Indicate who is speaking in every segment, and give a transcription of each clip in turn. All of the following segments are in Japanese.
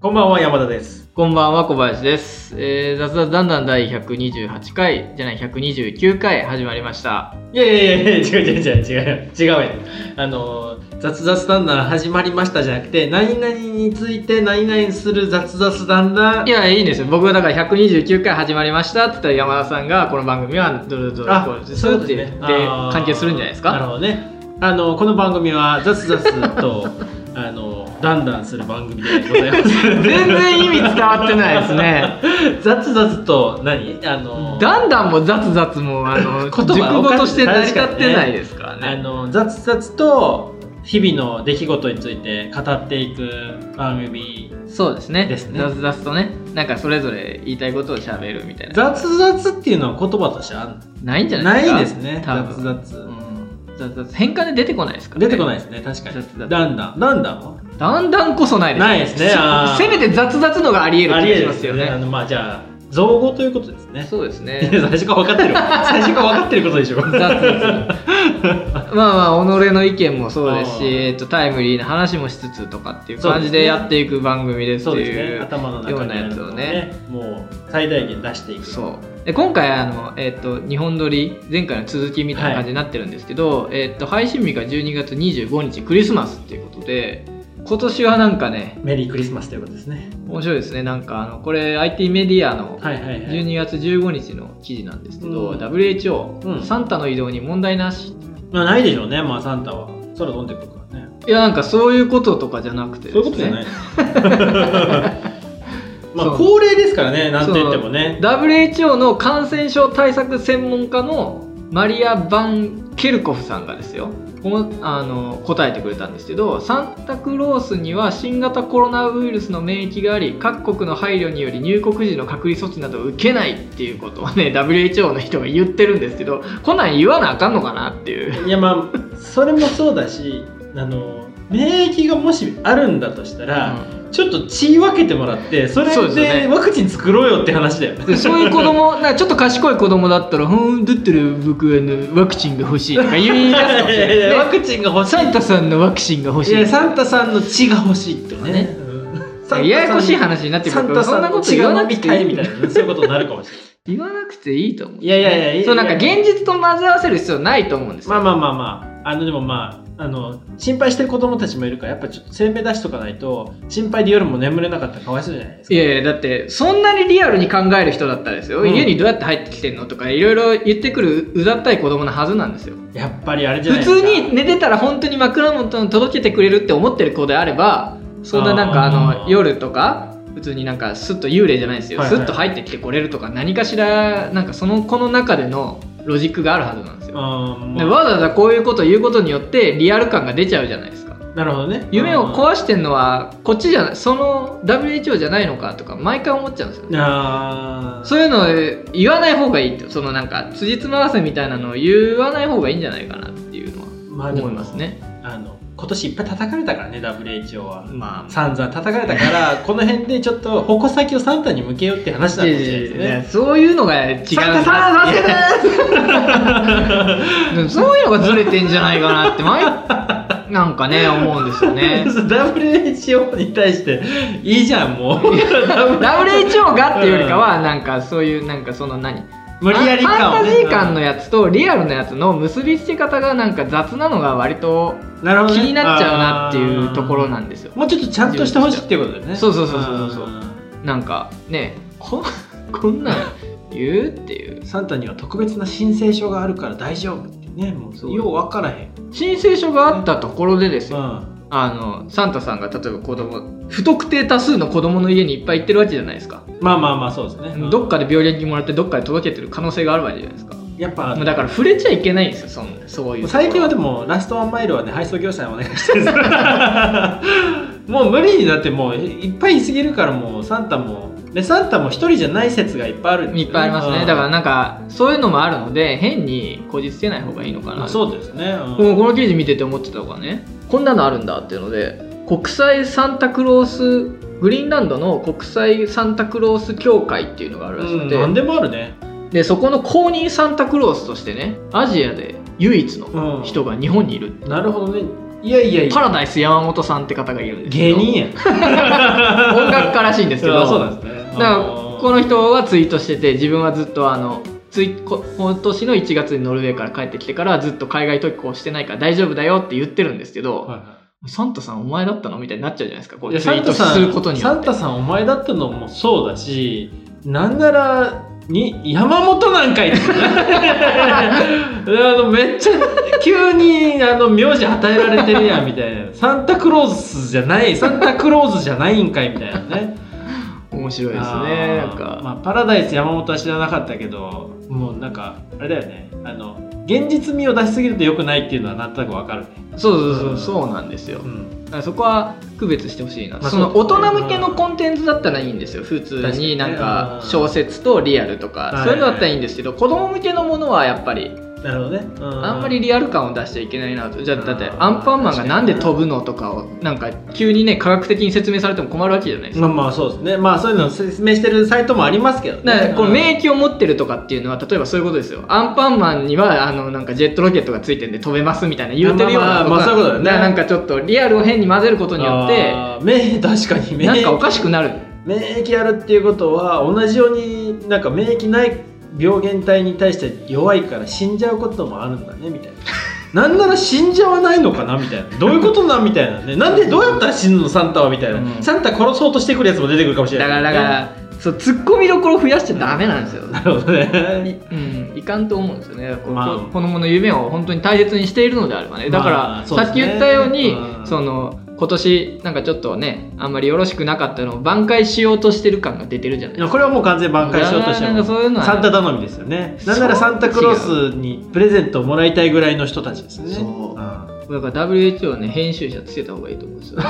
Speaker 1: こんばんは、山田です。
Speaker 2: こんばんは、小林です。えー、雑談だんだん第128回、じゃない、129回始まりました。
Speaker 1: いやいやいや、違う違う違う違う。違うやん。あのー、雑雑談談始まりましたじゃなくて、何々について何々する雑雑談談。
Speaker 2: いや、いいんですよ。僕はだから129回始まりましたって言ったら山田さんが、この番組はどれどれこうですって言って、関係するんじゃないです
Speaker 1: なる
Speaker 2: か。
Speaker 1: ほどね。あの、この番組は雑雑と、 あの、談談する番組でございます。
Speaker 2: 全然意味伝わってないです ね。
Speaker 1: 雑雑と何あのー、
Speaker 2: だんだんも雑雑も、あの、
Speaker 1: 言葉
Speaker 2: 熟
Speaker 1: お
Speaker 2: 語
Speaker 1: か
Speaker 2: と
Speaker 1: し
Speaker 2: し
Speaker 1: い
Speaker 2: て成り立ってないですから
Speaker 1: あ
Speaker 2: ね。
Speaker 1: の雑雑と日々の出来事について語っていく番組
Speaker 2: そうですね。
Speaker 1: ですね
Speaker 2: 雑雑とね、なんかそれぞれ言いたいことを喋るみたいな。
Speaker 1: 雑雑っていうのは言葉としてあんの
Speaker 2: ないんじゃな
Speaker 1: ない
Speaker 2: ですか
Speaker 1: いですね
Speaker 2: 多分
Speaker 1: 雑雑
Speaker 2: 雑雑変換で出てこないですから、
Speaker 1: 出てこ
Speaker 2: い
Speaker 1: ないですね確か
Speaker 2: 雑
Speaker 1: に
Speaker 2: 雑
Speaker 1: だんだんだんだんは
Speaker 2: だんだんこそないです
Speaker 1: ないですね
Speaker 2: せ
Speaker 1: あー
Speaker 2: せめて雑々のがありえる
Speaker 1: あ
Speaker 2: 気
Speaker 1: り
Speaker 2: が
Speaker 1: え
Speaker 2: し
Speaker 1: る
Speaker 2: ま
Speaker 1: ですす
Speaker 2: よ
Speaker 1: よねあ
Speaker 2: ね
Speaker 1: のまあじゃあ造語ということですね
Speaker 2: そうですね
Speaker 1: いや最初から分かってるわ最初から分かってることで しょ
Speaker 2: 雑々 まあまあ己の意見もそうですし、
Speaker 1: あー
Speaker 2: えっと、タイムリーな話もしつつとかっていう感じ
Speaker 1: そうですね
Speaker 2: でやっていく番組ですっ
Speaker 1: そう
Speaker 2: て
Speaker 1: です
Speaker 2: い
Speaker 1: ね
Speaker 2: う
Speaker 1: 頭の中に
Speaker 2: ような
Speaker 1: あ
Speaker 2: や
Speaker 1: る
Speaker 2: つ
Speaker 1: の
Speaker 2: を
Speaker 1: を
Speaker 2: ね
Speaker 1: ねもう最大限出していく
Speaker 2: そうで今回あの、えっと日本撮り前回の続きみたいな感じになってるんですけど、えっと配信日が12月25日クリスマスっていうことで今年はなんかね
Speaker 1: メリークリスマスということですね
Speaker 2: 面白いですねなんかあのこれ IT メディアの
Speaker 1: はいはいはい
Speaker 2: 12月15日の記事なんですけど、
Speaker 1: うん
Speaker 2: WHO、
Speaker 1: うん
Speaker 2: サンタの移動に問題なし
Speaker 1: まあないでしょうねまあサンタは空飛んでくるからね
Speaker 2: いやなんかそういうこととかじゃなくて
Speaker 1: そういうことじゃないい ま
Speaker 2: そ
Speaker 1: あ
Speaker 2: う
Speaker 1: 高齢ですからねなんと言ってもね
Speaker 2: WHO の感染症対策専門家のマリア・バン・ケルコフさんがですよこのあの答えてくれたんですけどサンタクロースには新型コロナウイルスの免疫があり各国の配慮により入国時の隔離措置などを受けないっていうことをね WHO の人が言ってるんですけどこんなん言わなあかんのかなっていう
Speaker 1: いやまあそれもそうだしあの免疫がもしあるんだとしたら、ちょっと血分けてもらってそれ
Speaker 2: そうですよ
Speaker 1: で
Speaker 2: ね
Speaker 1: ワクチン作ろうよって話だよね
Speaker 2: でそういう子供なんかちょっと賢い子供だったら「うんだったら僕あのワクチンが欲しい」とか言い出すかもしれな
Speaker 1: いや
Speaker 2: い
Speaker 1: いや いやワ
Speaker 2: ね
Speaker 1: クチンが欲しい
Speaker 2: サンタさんのワクチンが欲し
Speaker 1: い
Speaker 2: い
Speaker 1: やサンタさんの血が欲しいってね
Speaker 2: ね
Speaker 1: うんサンタさん
Speaker 2: ややこしい話になってく
Speaker 1: サ
Speaker 2: る
Speaker 1: ン
Speaker 2: か
Speaker 1: タ
Speaker 2: ら
Speaker 1: さ
Speaker 2: そ
Speaker 1: ん
Speaker 2: んな
Speaker 1: の
Speaker 2: こと
Speaker 1: 血
Speaker 2: 言
Speaker 1: が
Speaker 2: わ
Speaker 1: 飲
Speaker 2: な
Speaker 1: み
Speaker 2: くて
Speaker 1: たい
Speaker 2: い
Speaker 1: み
Speaker 2: い
Speaker 1: たいなそういうことになるかもしれない
Speaker 2: 言わなくていいと思うい
Speaker 1: いやいやいやいや
Speaker 2: そうなんか現実と混ぜ合わせる必要ないと思うんですよ、
Speaker 1: まあまあまあまああのでもまああの心配してる子供たちもいるからやっぱちょっと声明出しとかないと心配で夜も眠れなかったらかわいそうじゃないですか
Speaker 2: いやいやだってそんなにリアルに考える人だったらですよ、
Speaker 1: うん
Speaker 2: 家にどうやって入ってきてんのとかいろいろ言ってくるうざったい子供のはずなんですよ
Speaker 1: やっぱりあれじゃない
Speaker 2: 普
Speaker 1: ですか
Speaker 2: 通に寝てたら本当に枕元に届けてくれるって思ってる子であればそんななんか
Speaker 1: あ
Speaker 2: あ
Speaker 1: ー
Speaker 2: の夜とか普通になんかスッと幽霊じゃないですよ、
Speaker 1: はいはい
Speaker 2: スッと入ってきてこれるとか何かしらなんかその子の中でのロジックがあるはずなんですよ、
Speaker 1: あー
Speaker 2: で
Speaker 1: ま
Speaker 2: わざわざこういうことを言うことによってリアル感が出ちゃうじゃないですか
Speaker 1: あなるほどね
Speaker 2: 夢を
Speaker 1: い
Speaker 2: 壊してんのはこっちじゃないその WHO じゃないのかとか毎回思っちゃうんですよね
Speaker 1: あー
Speaker 2: そういうのえー言わない方がいいってそのなんか辻褄合わせみたいなのを言わない方がいいんじゃないかなっていうのは
Speaker 1: まあでも
Speaker 2: 思いますね
Speaker 1: あの今年いっぱい叩かれたからね WHO は
Speaker 2: まあ
Speaker 1: 散々叩かれたから この辺でちょっと矛先をサンタに向けようって話なんですよね
Speaker 2: そういうのが違うんだ
Speaker 1: サンタさん助けて
Speaker 2: でも そういうのがずれてんじゃないかなって毎なんかね思うんですよ ね
Speaker 1: WHO に対していいじゃん もう
Speaker 2: WHO がっていうよりかはなんかそういうなんかその何
Speaker 1: 無理やり
Speaker 2: ファン
Speaker 1: 感を
Speaker 2: ファ
Speaker 1: ね
Speaker 2: ンタジー感のやつとリアルなやつの結びつけ方がなんか雑なのが割と
Speaker 1: なるほど
Speaker 2: 気
Speaker 1: ね
Speaker 2: になっちゃうなっていうところなんですよ
Speaker 1: あーもうちょっとちゃんとしてほしいっていうことだよね
Speaker 2: そうそうそうそうそうそうんなんかねここん なん言うっていう
Speaker 1: サンタには特別な申請書があるから大丈夫ってねも
Speaker 2: そうう
Speaker 1: よう分からへん
Speaker 2: 申請書があったところでです
Speaker 1: う
Speaker 2: よ
Speaker 1: ん
Speaker 2: あのサンタさんが例えば子供不特定多数の子供の家にいっぱい行ってるわけじゃないですか
Speaker 1: まあまあまあそうですねうん
Speaker 2: どっかで病気もらってどっかで届けてる可能性があるわけじゃないですか
Speaker 1: やっぱ
Speaker 2: もうだから触れちゃいけないんですよそんそういうところ
Speaker 1: 最近はでもラストワンマイルはね配送業者にお願いしてるん ですもう無理になってもういっぱいいすぎるからもうサンタもでサンタも一人じゃない説がいっぱいあるんです
Speaker 2: い
Speaker 1: よ
Speaker 2: っぱいあります
Speaker 1: う
Speaker 2: ね
Speaker 1: ん
Speaker 2: だからなんかそういうのもあるので変にこじつけない方がいいのかな
Speaker 1: そうですね、
Speaker 2: も
Speaker 1: う
Speaker 2: うこの記事見てて思ってたのがねこんなのあるんだっていうので国際サンタクロースグリーンランドの国際サンタクロース協会っていうのがあるらし
Speaker 1: ん、
Speaker 2: くて、
Speaker 1: 何でもあるね、
Speaker 2: でそこの公認サンタクロースとしてねアジアで唯一の
Speaker 1: うん、
Speaker 2: 人が日本にいる、
Speaker 1: なるほどねいやいやい
Speaker 2: パ
Speaker 1: や
Speaker 2: ラダイス山本さんって方がいるんですけ
Speaker 1: 芸
Speaker 2: ど
Speaker 1: 人やん
Speaker 2: 音楽作家らしいんですけ ど
Speaker 1: あそうなんですね
Speaker 2: だからこの人はツイートしてて自分はずっとあのツイこ今年の1月にノルウェーから帰ってきてからずっと海外渡航してないから大丈夫だよって言ってるんですけど、
Speaker 1: はいは
Speaker 2: サンタさんお前だったのみたいになっちゃうじゃないですかこ
Speaker 1: いういや
Speaker 2: ツイ
Speaker 1: サン
Speaker 2: ート
Speaker 1: タ
Speaker 2: す
Speaker 1: さん
Speaker 2: ることによ
Speaker 1: サ
Speaker 2: っ
Speaker 1: ン
Speaker 2: て
Speaker 1: タさんお前だったのもそうだしなんならに山本なんかいって あのめっちゃ急にあの名字与えられてるやんみたいなサンタクローズじゃないサンタクローズじゃないんかいみたいなね
Speaker 2: 面白いです
Speaker 1: あ
Speaker 2: ね
Speaker 1: ー
Speaker 2: なんか、
Speaker 1: まあ、パラダイス山本は知らなかったけどもうなんかあれだよねあの現実味を出しすぎると良くないっていうのはなんとなくわかるね、
Speaker 2: そうそうそううんそうなんですよ
Speaker 1: うん、
Speaker 2: だからそこは区別してほしいな、
Speaker 1: まあ
Speaker 2: その
Speaker 1: そう
Speaker 2: 大
Speaker 1: ですね
Speaker 2: 人向けのコンテンツだったらいいんですよ普通
Speaker 1: 確か
Speaker 2: に
Speaker 1: に
Speaker 2: なんか
Speaker 1: うん
Speaker 2: 小説とリアルとか
Speaker 1: はい
Speaker 2: そういうのだったらいいんですけど子供向けのものはやっぱり
Speaker 1: なるほどね、う
Speaker 2: あんまりリアル感を出しちゃいけないなとじゃあだって
Speaker 1: うん
Speaker 2: アンパンマンがなんで飛ぶのとかをなんか急にね科学的に説明されても困るわけじゃないです
Speaker 1: ま
Speaker 2: か
Speaker 1: あまあそうですねまあそういうのを説明してるサイトもありますけど
Speaker 2: だか
Speaker 1: ね
Speaker 2: らこの
Speaker 1: 名
Speaker 2: 免疫を持ってるとかっていうのは例えばそういうことですよアンパンマンにはあのなんかジェットロケットがついてんで飛べますみたいな言うてるような
Speaker 1: まあまあまあそういうことだよね
Speaker 2: からなんかちょっとリアルを変に混ぜることによって
Speaker 1: 免疫 確かに免
Speaker 2: なんかお
Speaker 1: 疫
Speaker 2: かしくなる
Speaker 1: 免疫やるっていうことは同じようになんか免疫ない病原体に対して弱いから死んじゃうこともあるんだねみたいな なんなら死んじゃわないのかなみたいなどういうことなんみたいなねなんでどうやったら死ぬのサンタはみたいな、
Speaker 2: うん
Speaker 1: サンタ殺そうとしてくるやつも出てくるかもしれな
Speaker 2: だ
Speaker 1: い
Speaker 2: からだから、そうツッコミどころ増やしちゃダメなんですよ、
Speaker 1: なるほどね
Speaker 2: いうん、いかんと思うんですよね、こ
Speaker 1: まあ
Speaker 2: こ子供の夢を本当に大切にしているのであればねだから、
Speaker 1: まあそう
Speaker 2: さ
Speaker 1: ですね
Speaker 2: っき言ったように、
Speaker 1: うん
Speaker 2: その今年なんかちょっとねあんまりよろしくなかったのを挽回しようとしてる感が出てるじゃな
Speaker 1: い
Speaker 2: いで
Speaker 1: や
Speaker 2: すか
Speaker 1: これはもう完全に挽回しようとして
Speaker 2: いやーなんかそういうのは
Speaker 1: サンタ頼みですよね
Speaker 2: そう
Speaker 1: なんならサンタクロースにプレゼントをもらいたいぐらいの人たちですよね
Speaker 2: そうんだから WHO ね編集者つけた方がいいと思うんですよ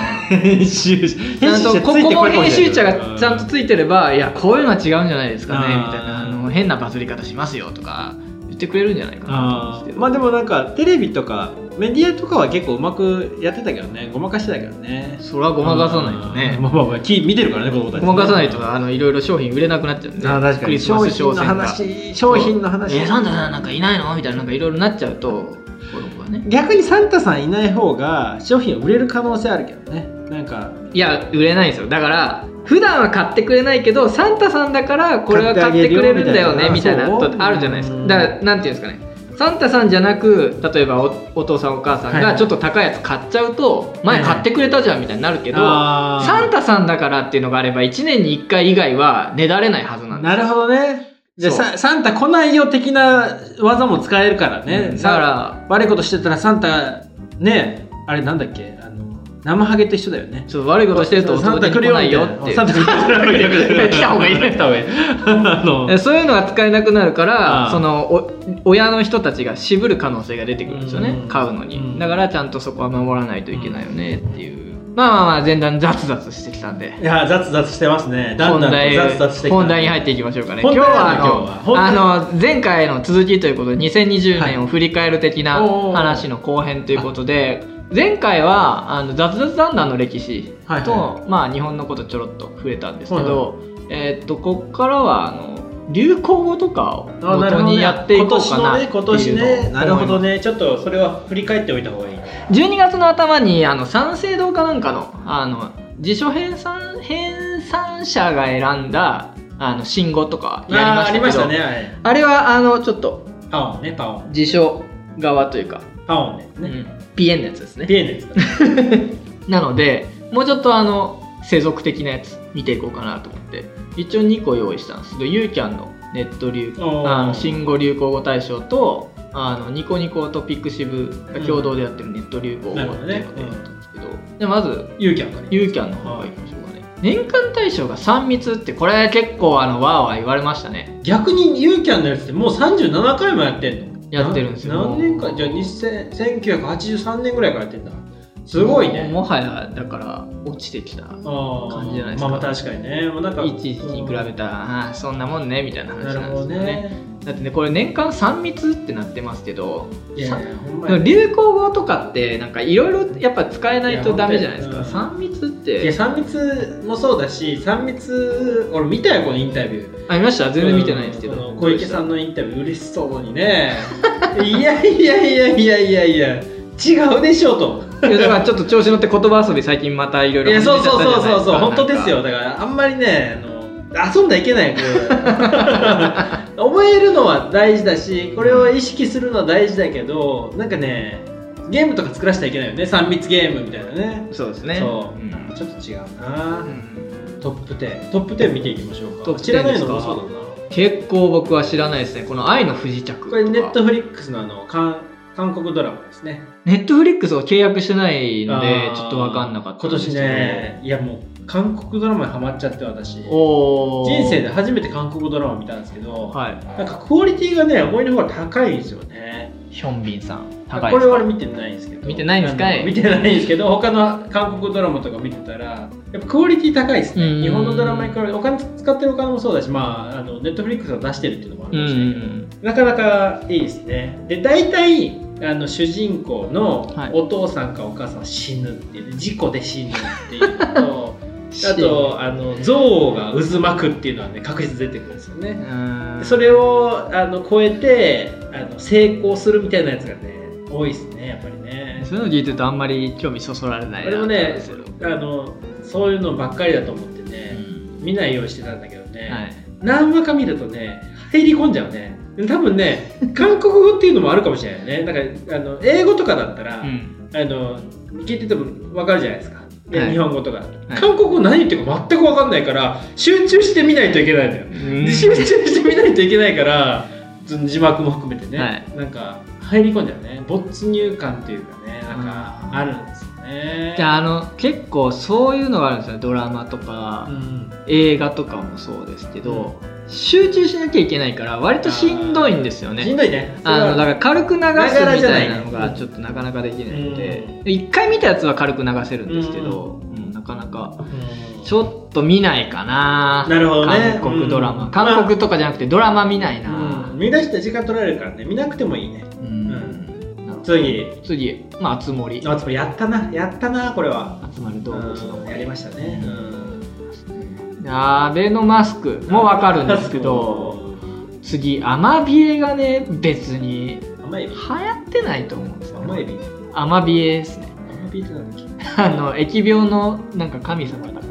Speaker 1: 編集者
Speaker 2: ちゃんとここも編集者がちゃんと
Speaker 1: ついてこいこいこい
Speaker 2: ついてればいやこういうのは違うんじゃないですかね
Speaker 1: うん
Speaker 2: みたいなあの変なバズり方しますよとか言ってくれるんじゃないかなと思うん
Speaker 1: あ
Speaker 2: ですけ
Speaker 1: ー
Speaker 2: ど
Speaker 1: まあでもなんかテレビとかメディアとかは結構うまくやってたけどねごまかしてたけどね
Speaker 2: それはごまかさないとね
Speaker 1: うんまあまあまあき見てるからね子供たちね
Speaker 2: ごまかさないとあのいろいろ商品売れなくなっちゃうんで
Speaker 1: あー確か
Speaker 2: クリ
Speaker 1: に
Speaker 2: スマ
Speaker 1: 商
Speaker 2: ス商
Speaker 1: 品の
Speaker 2: 戦が
Speaker 1: 話商品の話
Speaker 2: えーサンタさんなんかいないのみたいななんかいろいろなっちゃうと子供がね
Speaker 1: 逆にサンタさんいない方が商品は売れる可能性あるけどねなんか
Speaker 2: いや売れないんですよだから普段は買ってくれないけどサンタさんだからこれは買ってくれるんだよね
Speaker 1: 買
Speaker 2: み
Speaker 1: って
Speaker 2: た
Speaker 1: あげ
Speaker 2: いな
Speaker 1: る
Speaker 2: こ
Speaker 1: よ
Speaker 2: とあるじゃないです
Speaker 1: みた
Speaker 2: か
Speaker 1: いな
Speaker 2: だからなんていうんですかねサンタさんじゃなく例えばおお父さんお母さん
Speaker 1: は
Speaker 2: が
Speaker 1: い
Speaker 2: ちょっと高いやつ買っちゃうと前買ってくれたじゃんみたいになるけど
Speaker 1: あー
Speaker 2: サンタさんだからっていうのがあれば1年に1回以外はねだれないはずなんですよ
Speaker 1: なるほどね。じゃあ
Speaker 2: そう
Speaker 1: ササンタ来ないよ的な技も使えるからね。
Speaker 2: だか
Speaker 1: さ
Speaker 2: ら
Speaker 1: 悪いことしてたらサンタねあれなんだっけあの生ハゲと一緒だよね。
Speaker 2: ちょっと悪いことしてると
Speaker 1: サンタ来
Speaker 2: 弟
Speaker 1: る
Speaker 2: に来
Speaker 1: よ
Speaker 2: ないよって
Speaker 1: サンタ来るよ
Speaker 2: 来た方がいい
Speaker 1: 来た方がいい。あの
Speaker 2: えそういうのが使えなくなるから
Speaker 1: ああ
Speaker 2: そのお親の人たちが渋る可能性が出てくるんですよね、
Speaker 1: うん
Speaker 2: 買うのに、
Speaker 1: うん
Speaker 2: だからちゃんとそこは守らないといけないよねっていう、まあまあまあ前段雑雑してきたんで
Speaker 1: いや雑雑してますね。だ
Speaker 2: 本
Speaker 1: んだ
Speaker 2: 題
Speaker 1: ん雑雑してきた。
Speaker 2: 本題に入っていきましょうかね今
Speaker 1: 本
Speaker 2: 日
Speaker 1: 題だね
Speaker 2: はあ
Speaker 1: 今日は本題
Speaker 2: のあの前回の続きということで2020
Speaker 1: はい
Speaker 2: 年を振り返る的な
Speaker 1: おー
Speaker 2: 話の後編ということで、前回はあの雑雑談談の歴史と、
Speaker 1: はいは
Speaker 2: まあ、日本のことちょろっと触れたんですけ
Speaker 1: はい
Speaker 2: ど、えーっとこっからはあの流行語とかを
Speaker 1: あなるほ
Speaker 2: 元
Speaker 1: ど
Speaker 2: に
Speaker 1: ね
Speaker 2: やっていこうかなっていうの
Speaker 1: 今
Speaker 2: を
Speaker 1: 年のね今年ねなるほどねちょっとそれは振り返っておいた方がいい。
Speaker 2: 12月の頭にあの三省堂かなんかのあの辞書編纂編纂者が選んだあの新語とかやりま
Speaker 1: あーあ
Speaker 2: したけ
Speaker 1: り
Speaker 2: ど
Speaker 1: ましたねあれ。
Speaker 2: あれはあのちょっと
Speaker 1: パオンねパオン
Speaker 2: 辞書側というか、
Speaker 1: パオンね。
Speaker 2: う
Speaker 1: ね
Speaker 2: ん、ピエンのやつですね
Speaker 1: ピエネですからね。
Speaker 2: なのでもうちょっとあの世俗的なやつ見ていこうかなと思って一応2個用意したんですけどユーキャンのネット流
Speaker 1: おー
Speaker 2: あの新語・流行語大賞とあのニコニコとピクシブが共同でやってるネット流行語っていうのでやったんですけど、でまず
Speaker 1: ユーキャンから。
Speaker 2: ユーキャンの方がいきましょうかね年間大賞が3密ってこれ結構あのわーわー言われましたね
Speaker 1: 逆にユーキャンのやつってもう37回もやってんの
Speaker 2: やってるんですよ
Speaker 1: な何年かじゃあ2000 1983年ぐらいからやってんだすごいね
Speaker 2: もうもはやだから落ちてきた
Speaker 1: ああ
Speaker 2: 感じじゃないですか
Speaker 1: まあまあ確かにねもうなんか
Speaker 2: いちいちに比べたらあーそんなもんねみたいな
Speaker 1: うんな
Speaker 2: 話
Speaker 1: る
Speaker 2: なん
Speaker 1: ほ
Speaker 2: です
Speaker 1: ど
Speaker 2: よね
Speaker 1: ね
Speaker 2: だってねこれ年間3密ってなってますけど
Speaker 1: いやいやほんま
Speaker 2: でも
Speaker 1: や
Speaker 2: 流行語とかってなんかいろいろやっぱ使えないとダメじゃないです
Speaker 1: い
Speaker 2: か
Speaker 1: や
Speaker 2: 3密
Speaker 1: い
Speaker 2: っ
Speaker 1: や
Speaker 2: て
Speaker 1: 3密もそうだし3密俺見たよこのインタビュー
Speaker 2: ありました全然見てないんですけ
Speaker 1: う
Speaker 2: ど
Speaker 1: ん小池さん
Speaker 2: の
Speaker 1: のインタビュー 嬉しそうにねいやいやいやいやいやいや違うでしょと
Speaker 2: いやだからちょっと調子乗って言葉遊び最近またいろ
Speaker 1: い
Speaker 2: いろ
Speaker 1: やそうそうそうそうそう
Speaker 2: なんか
Speaker 1: 本当ですよだからあんまりねあの遊んだらいけないこれ 覚えるのは大事だしこれを意識するのは大事だけどなんかねゲームとか作らせちゃいけないよね3密ゲームみたいなね
Speaker 2: そうですね
Speaker 1: そう、
Speaker 2: ん
Speaker 1: ちょっと違うな、
Speaker 2: うん
Speaker 1: トップ10トップ10見ていきましょうか
Speaker 2: トップ10
Speaker 1: 知らないの
Speaker 2: で
Speaker 1: も
Speaker 2: すか
Speaker 1: そうだな
Speaker 2: 結構僕は知らないですねこの「愛の不時着」とか
Speaker 1: これネットフリックスのあの韓韓国ドラマですね
Speaker 2: ネットフリックスを契約してないので
Speaker 1: あー
Speaker 2: ちょっと分かんなかった
Speaker 1: 今
Speaker 2: んです
Speaker 1: 年
Speaker 2: けど
Speaker 1: ねいやもう韓国ドラマにハマっちゃって私
Speaker 2: おー
Speaker 1: 人生で初めて韓国ドラマ見たんですけど、
Speaker 2: はい
Speaker 1: なんかクオリティがね、思いのほうが高いんですよね。
Speaker 2: ヒョンビンさん
Speaker 1: こ
Speaker 2: 高い
Speaker 1: れは俺見てないんですけど。
Speaker 2: 見てないんですかい
Speaker 1: あの見てないんですけど、他の韓国ドラマとか見てたら、やっぱクオリティ高いです
Speaker 2: うんうんう
Speaker 1: ね。
Speaker 2: ん
Speaker 1: 日本のドラマに比べて、お金使ってるお金もそうだし、まあ、あのネットフリックスが出してるっていうのもあ
Speaker 2: う
Speaker 1: る
Speaker 2: ん
Speaker 1: ん
Speaker 2: う
Speaker 1: で
Speaker 2: ん
Speaker 1: すけど、なかなかいいですね。で、大体、あの主人公の
Speaker 2: はい
Speaker 1: お父さんかお母さんは死ぬっていう、事故で死ぬっていうの と、あ
Speaker 2: と
Speaker 1: と、あの憎悪が渦巻くっていうのはね、確実出てくるんですよね。そ
Speaker 2: れ
Speaker 1: れをあの超えてあの成功するみたいなやつがね多いですねやっぱりね
Speaker 2: そういうの聞いてるとあんまり興味そそられないな
Speaker 1: 俺もね
Speaker 2: と思うんです
Speaker 1: あのそういうのばっかりだと思って
Speaker 2: けど
Speaker 1: ね、
Speaker 2: うん
Speaker 1: 見ないようにしてたんだけどね、
Speaker 2: はい
Speaker 1: 何話か見るとね入り込んじゃうね多分ね韓国語っていうのもあるかもしれないよねなんかあの英語とかだったら、
Speaker 2: うん
Speaker 1: あの聞いてても分かるじゃないですかで
Speaker 2: はい
Speaker 1: 日本語とか、韓国語何言ってるか全く分かんないから集中して見ないといけないんだよで集中して見ないといけない からその字幕も含めてね、
Speaker 2: はい
Speaker 1: なんか入り込んじゃうね没入感というかねなん
Speaker 2: あ
Speaker 1: か
Speaker 2: ー
Speaker 1: あるんですよね
Speaker 2: であの結構そういうのがあるんですよねドラマと
Speaker 1: う
Speaker 2: か、
Speaker 1: ん
Speaker 2: 映画とかもそうですけど、集中しなきゃいけないから割としんどいんですよ
Speaker 1: しん
Speaker 2: ね
Speaker 1: どいね
Speaker 2: あのだから軽く流すみた
Speaker 1: ながらじゃないい
Speaker 2: な
Speaker 1: ね
Speaker 2: のがちょっとなかなかできないので
Speaker 1: うん
Speaker 2: で一、回見たやつは軽く流せるんですけど、うんなかなかち
Speaker 1: っ
Speaker 2: ょっと見ないかな
Speaker 1: なるほどね
Speaker 2: 韓国ドラマ、
Speaker 1: うん
Speaker 2: 韓国とかじゃなくてドラマ見ないな、
Speaker 1: 見出して時間取られるからね見なくてもいいね
Speaker 2: うんなるほど
Speaker 1: 次
Speaker 2: 次まあ熱森
Speaker 1: あつもやったなやったなこれは
Speaker 2: 集まる動物の
Speaker 1: うんやりましたね、うん
Speaker 2: アベノマスクもわかるんですけど次アマビエがね別に
Speaker 1: 甘エ
Speaker 2: 流
Speaker 1: ビ
Speaker 2: 行ってないと思うんですよ
Speaker 1: 甘エビ
Speaker 2: アマビエですね
Speaker 1: 甘エビってなんだっけ
Speaker 2: あの疫病のなんか神様だかなんか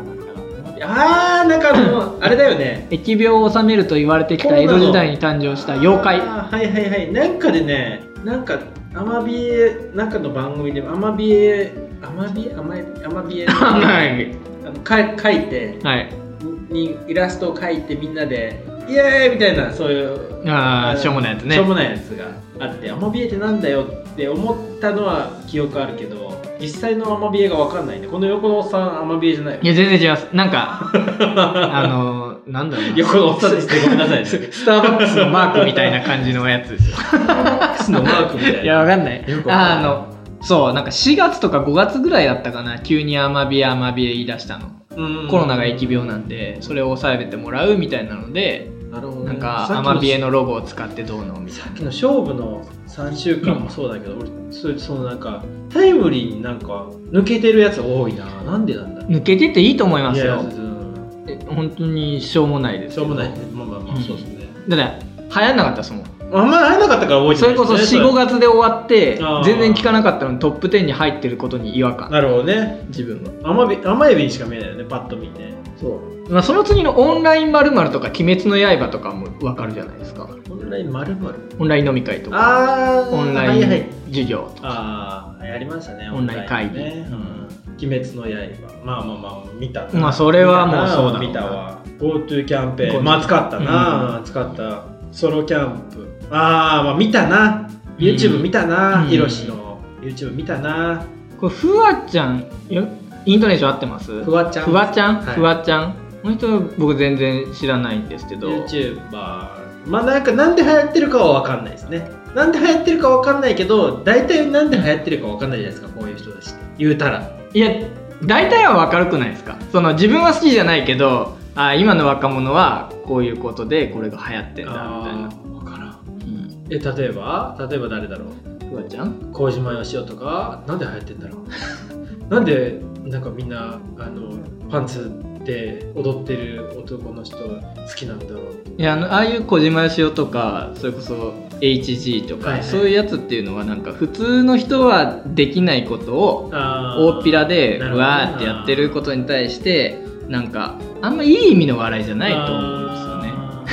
Speaker 2: が
Speaker 1: あーなんかあのあれだよね
Speaker 2: 疫病を治めると言われてきた江戸時代に誕生した妖怪
Speaker 1: あーはいはいはいなんかでねなんかアマビエなんかの番組でアマビエアマビエアマエアマ ビエ
Speaker 2: はい
Speaker 1: あのか書いて
Speaker 2: はい
Speaker 1: にイラストを書いてみんなでイエーイみたいなそういう
Speaker 2: あ
Speaker 1: あ
Speaker 2: あ
Speaker 1: の
Speaker 2: しょうもないやつね
Speaker 1: しょうもないやつがあってアマビエってなんだよって思ったのは記憶あるけど実際のアマビエが分かんないねこの横のおっさんアマビエじゃないよ
Speaker 2: いや全然違いますな んかあのなんだろうな
Speaker 1: 横のおっさんですねごめんなさ いね
Speaker 2: スターバックスのマークみたいな感じのやつですよ
Speaker 1: X のマークみたいない
Speaker 2: やわかんない
Speaker 1: よくわかんない
Speaker 2: あのそうなんか4月とか5月ぐらいだったかな急にアマビエアマビエ言い出したの
Speaker 1: うん
Speaker 2: コロナが疫病なんでそれを抑えてもらうみたいなので
Speaker 1: なるほどね
Speaker 2: なん
Speaker 1: さっ
Speaker 2: か
Speaker 1: き
Speaker 2: ア
Speaker 1: の
Speaker 2: マビエのロゴを使ってどうのみたい
Speaker 1: さっきの勝負の3週間もそうだけど、俺それそのなんかタイムリーになんか抜けてるやつ多いななんでなんだ
Speaker 2: な抜けてていいと思います
Speaker 1: や
Speaker 2: よ
Speaker 1: やうん
Speaker 2: え本当にしょうもないです
Speaker 1: しょうもないねまあまあまあ、
Speaker 2: うん
Speaker 1: そうですね
Speaker 2: だから流行んなかったですもん
Speaker 1: あんまり会えなかったから覚えて
Speaker 2: そ
Speaker 1: な
Speaker 2: れ
Speaker 1: い
Speaker 2: こそ
Speaker 1: ですね
Speaker 2: 45月で終わって
Speaker 1: あー
Speaker 2: 全然聞かなかったのにトップ10に入ってることに違和感
Speaker 1: なるほどね
Speaker 2: 自分は
Speaker 1: 甘エビ甘エビにしか見えないよねパッと見て
Speaker 2: そう、まあ、その次のオンラインまるとか「鬼滅の刃」とかも分かるじゃないですか
Speaker 1: オンラインまるまる
Speaker 2: オンライン飲み会とか
Speaker 1: あー
Speaker 2: オンラ
Speaker 1: はいは
Speaker 2: イ
Speaker 1: い
Speaker 2: ン授業
Speaker 1: ああやりましたね
Speaker 2: オンライン会議
Speaker 1: オね、うん鬼滅の刃まあまあまあ見たな
Speaker 2: まあそれはもうそうだろうな
Speaker 1: 見たわ GoTo キャンペー
Speaker 2: GoTo
Speaker 1: ンまあ使ったな、使ったソロキャンプああまあ見たな YouTube 見たな、
Speaker 2: うん
Speaker 1: ヒロシの YouTube 見たな
Speaker 2: これふわちゃんよイントネーション合ってます
Speaker 1: フワちゃん
Speaker 2: ふわちゃん
Speaker 1: はい
Speaker 2: ふわちゃんこの人僕全然知らないんですけど
Speaker 1: YouTuber まあなんかなんで流行ってるかは分かんないですねなんで流行ってるか分かんないけど大体なんで流行ってるか分かんないじゃないですかこういう人たちって言うたら
Speaker 2: いや大体は明るくないですかその自分は好きじゃないけどあ今の若者はこういうことでこれが流行ってんだみたいな、
Speaker 1: 分からん
Speaker 2: うん
Speaker 1: え例えば例えば誰だろう
Speaker 2: ふわちゃん
Speaker 1: 麹島よしおとかなんで流行ってんだろ うなんでなんかみんなあのパンツで踊ってる男の人好きなんだろう
Speaker 2: いやあのああいう小島よしおとかそれこそ HG とか、
Speaker 1: はいはい
Speaker 2: そういうやつっていうのはなんか普通の人はできないことを
Speaker 1: あー
Speaker 2: 大っぴらで
Speaker 1: なるほどね
Speaker 2: わーってやってることに対してなんかあんまいい意味の笑いじゃないと思うんですよね。
Speaker 1: あ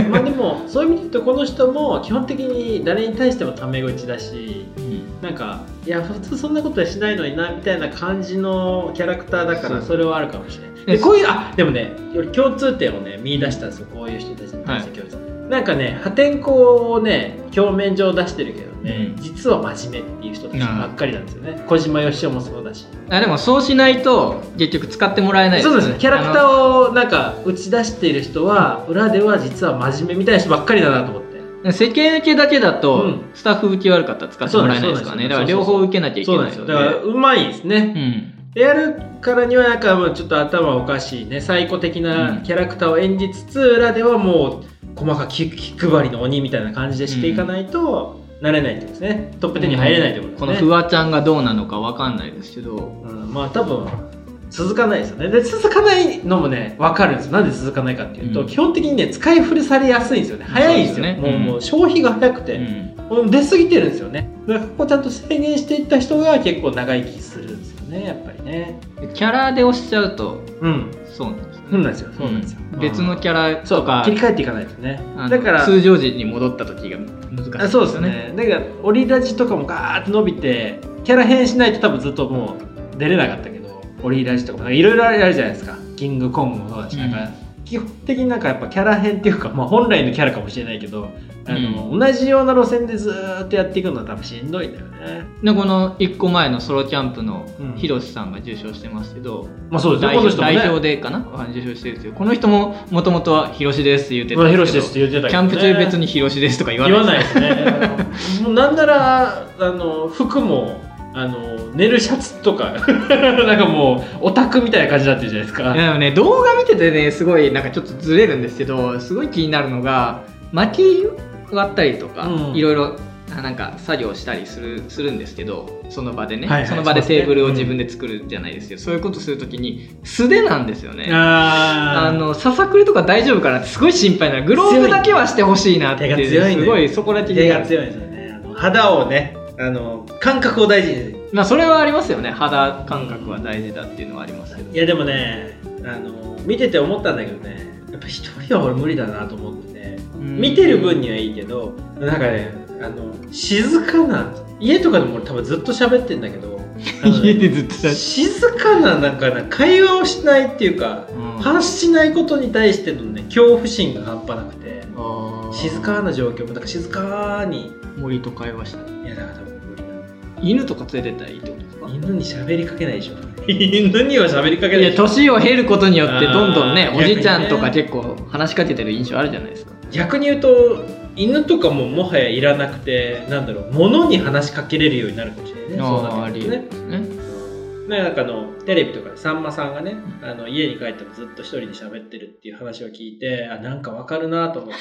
Speaker 1: ーまあでもそういう意味で言うとこの人も基本的に誰に対してもタメ口だし
Speaker 2: うん
Speaker 1: なんかいや普通そんなことはしないのになみたいな感じのキャラクターだから
Speaker 2: そう
Speaker 1: それはあるかもしれない
Speaker 2: え
Speaker 1: でこういうあでもねより共通点をね見出したんですよこういう人たちに対して共通点、なんかね破天荒をね表面上出してるけどね、
Speaker 2: うん
Speaker 1: 実は真面目っていう人たちばっかりなんですよね小島よしおもそうだし
Speaker 2: あでもそうしないと結局使ってもらえない
Speaker 1: そうですねキャラクタ
Speaker 2: を
Speaker 1: ーをなんか打ち出している人は裏では実は真面目みたいな人ばっかりだなと思って
Speaker 2: 世間受けだけだと、
Speaker 1: うん
Speaker 2: スタッフ受け悪かったら使ってもらえないですからねだ
Speaker 1: そうなんで
Speaker 2: から
Speaker 1: すよ
Speaker 2: 両方受けなきゃいけ
Speaker 1: そう
Speaker 2: な
Speaker 1: なんで
Speaker 2: い
Speaker 1: すよ
Speaker 2: の
Speaker 1: だからうまいですね、
Speaker 2: うん
Speaker 1: やるからにはなんかもうちょっと頭おかしいねサイコ的なキャラクターを演じつつ、裏ではもう細かく気気配りの鬼みたいな感じでしていかないと、なれないってことですねトップ10に入れないってことです
Speaker 2: こ
Speaker 1: ね、
Speaker 2: のフワちゃんがどうなのかわかんないですけど
Speaker 1: うんまあ多分続かないですよねで続かないのもね分かるんですよなんで続かないかっていうと、
Speaker 2: うん
Speaker 1: 基本的にね使い古されやすいんですよね早いんですよ
Speaker 2: そうですね
Speaker 1: もう,、
Speaker 2: うん
Speaker 1: もう消費が早く
Speaker 2: う
Speaker 1: て、
Speaker 2: ん
Speaker 1: もう出過ぎてるんですよねだからここちゃんと制限していった人が結構長生きするんですよねやっぱりね
Speaker 2: キャラで押しちゃうと
Speaker 1: うん
Speaker 2: そうなんですね
Speaker 1: そうなんですよそうなんですよ、
Speaker 2: うん別のキャラ
Speaker 1: そ
Speaker 2: と
Speaker 1: うか
Speaker 2: か
Speaker 1: 切り替えていかないとね
Speaker 2: あの
Speaker 1: だから
Speaker 2: 通常時に戻った時が難しい
Speaker 1: あそうですよねだから折り立ちとかもガーッと伸びてキャラ変しないと多分ずっともう出れなかったけど折り立ちとかなんかいろいろあるじゃないですかキングコングもそうだし、
Speaker 2: うん
Speaker 1: なんか基本的になんかやっぱキャラ変っていうか、まあ、本来のキャラかもしれないけどあの、同じような路線でずーっとやっていくのは多分しんどいんだよね
Speaker 2: でこの1個前のソロキャンプの
Speaker 1: うん
Speaker 2: ヒロシさんが受賞してますけど、
Speaker 1: まあそうですね
Speaker 2: 代
Speaker 1: この
Speaker 2: 表
Speaker 1: 人もね
Speaker 2: 代表でかなあ受賞してるんですよこの人ももともとは「ヒロシです」言うて
Speaker 1: まあ
Speaker 2: ん
Speaker 1: ヒロ
Speaker 2: です
Speaker 1: シ
Speaker 2: け
Speaker 1: です
Speaker 2: ど
Speaker 1: って言ってたけ
Speaker 2: キ
Speaker 1: どね
Speaker 2: ャンプ中別に「ヒロシです」とか言わ
Speaker 1: 言わ
Speaker 2: な
Speaker 1: ない
Speaker 2: い
Speaker 1: ですねあのもう なんならあの服もあの寝るシャツとか なんかもうオタクみたいな感じになってるじゃないですか
Speaker 2: いやでもね動画見ててねすごいなんかちょっとずれるんですけどすごい気になるのが薪割ったりとか、
Speaker 1: うん
Speaker 2: いろいろあなんか作業したりするするんですけどその場でね、
Speaker 1: はいはい
Speaker 2: その場で
Speaker 1: そうですね
Speaker 2: テーブルを自分で作るじゃないですけどそういうことするときに素手なんですよね。
Speaker 1: あ
Speaker 2: あ
Speaker 1: の
Speaker 2: のささくれとか大丈夫かなってすごい心配なグローブだけはしてほしいなって
Speaker 1: 手が強いね
Speaker 2: すごいそこだけ
Speaker 1: 手が強いですよねあの肌をねあの感覚を大事に
Speaker 2: まあそれはありますよね肌感覚は大事だっていうのはありますけど
Speaker 1: いやでもねあの見てて思ったんだけどねやっぱ一人は俺無理だなと思ってね
Speaker 2: うん
Speaker 1: 見てる分にはいいけどなんかねあの静かな家とかでも俺多分ずっと喋ってんだけどあのね
Speaker 2: 家でずっとさ
Speaker 1: 静かななんかな会話をしないっていうか
Speaker 2: うん
Speaker 1: 発しないことに対してのね恐怖心が半端なくて
Speaker 2: あー
Speaker 1: 静かな状況もだから静かに
Speaker 2: 森と会話した
Speaker 1: いやだから多分無理だ
Speaker 2: 犬とか連れてったらいいってことですか
Speaker 1: 犬に喋りかけないでしょ犬には喋りかけな
Speaker 2: い
Speaker 1: い
Speaker 2: や
Speaker 1: でしょ
Speaker 2: 年を経ることによってどんどんね
Speaker 1: あー
Speaker 2: おじいちゃんとか
Speaker 1: 逆
Speaker 2: 結構話しかけてる印象あるじゃないですか
Speaker 1: 逆に言うと犬とかももはやいらなくてなんだろう物に話しかけれるようになるかもしれないねそう
Speaker 2: あー
Speaker 1: な
Speaker 2: あ
Speaker 1: って
Speaker 2: り
Speaker 1: く
Speaker 2: え
Speaker 1: ると
Speaker 2: る
Speaker 1: ね
Speaker 2: ね
Speaker 1: ねなんかあのテレビとかでさんまさんがねあの家に帰ってもずっと一人で喋ってるっていう話を聞いてあなんかわかるなと思って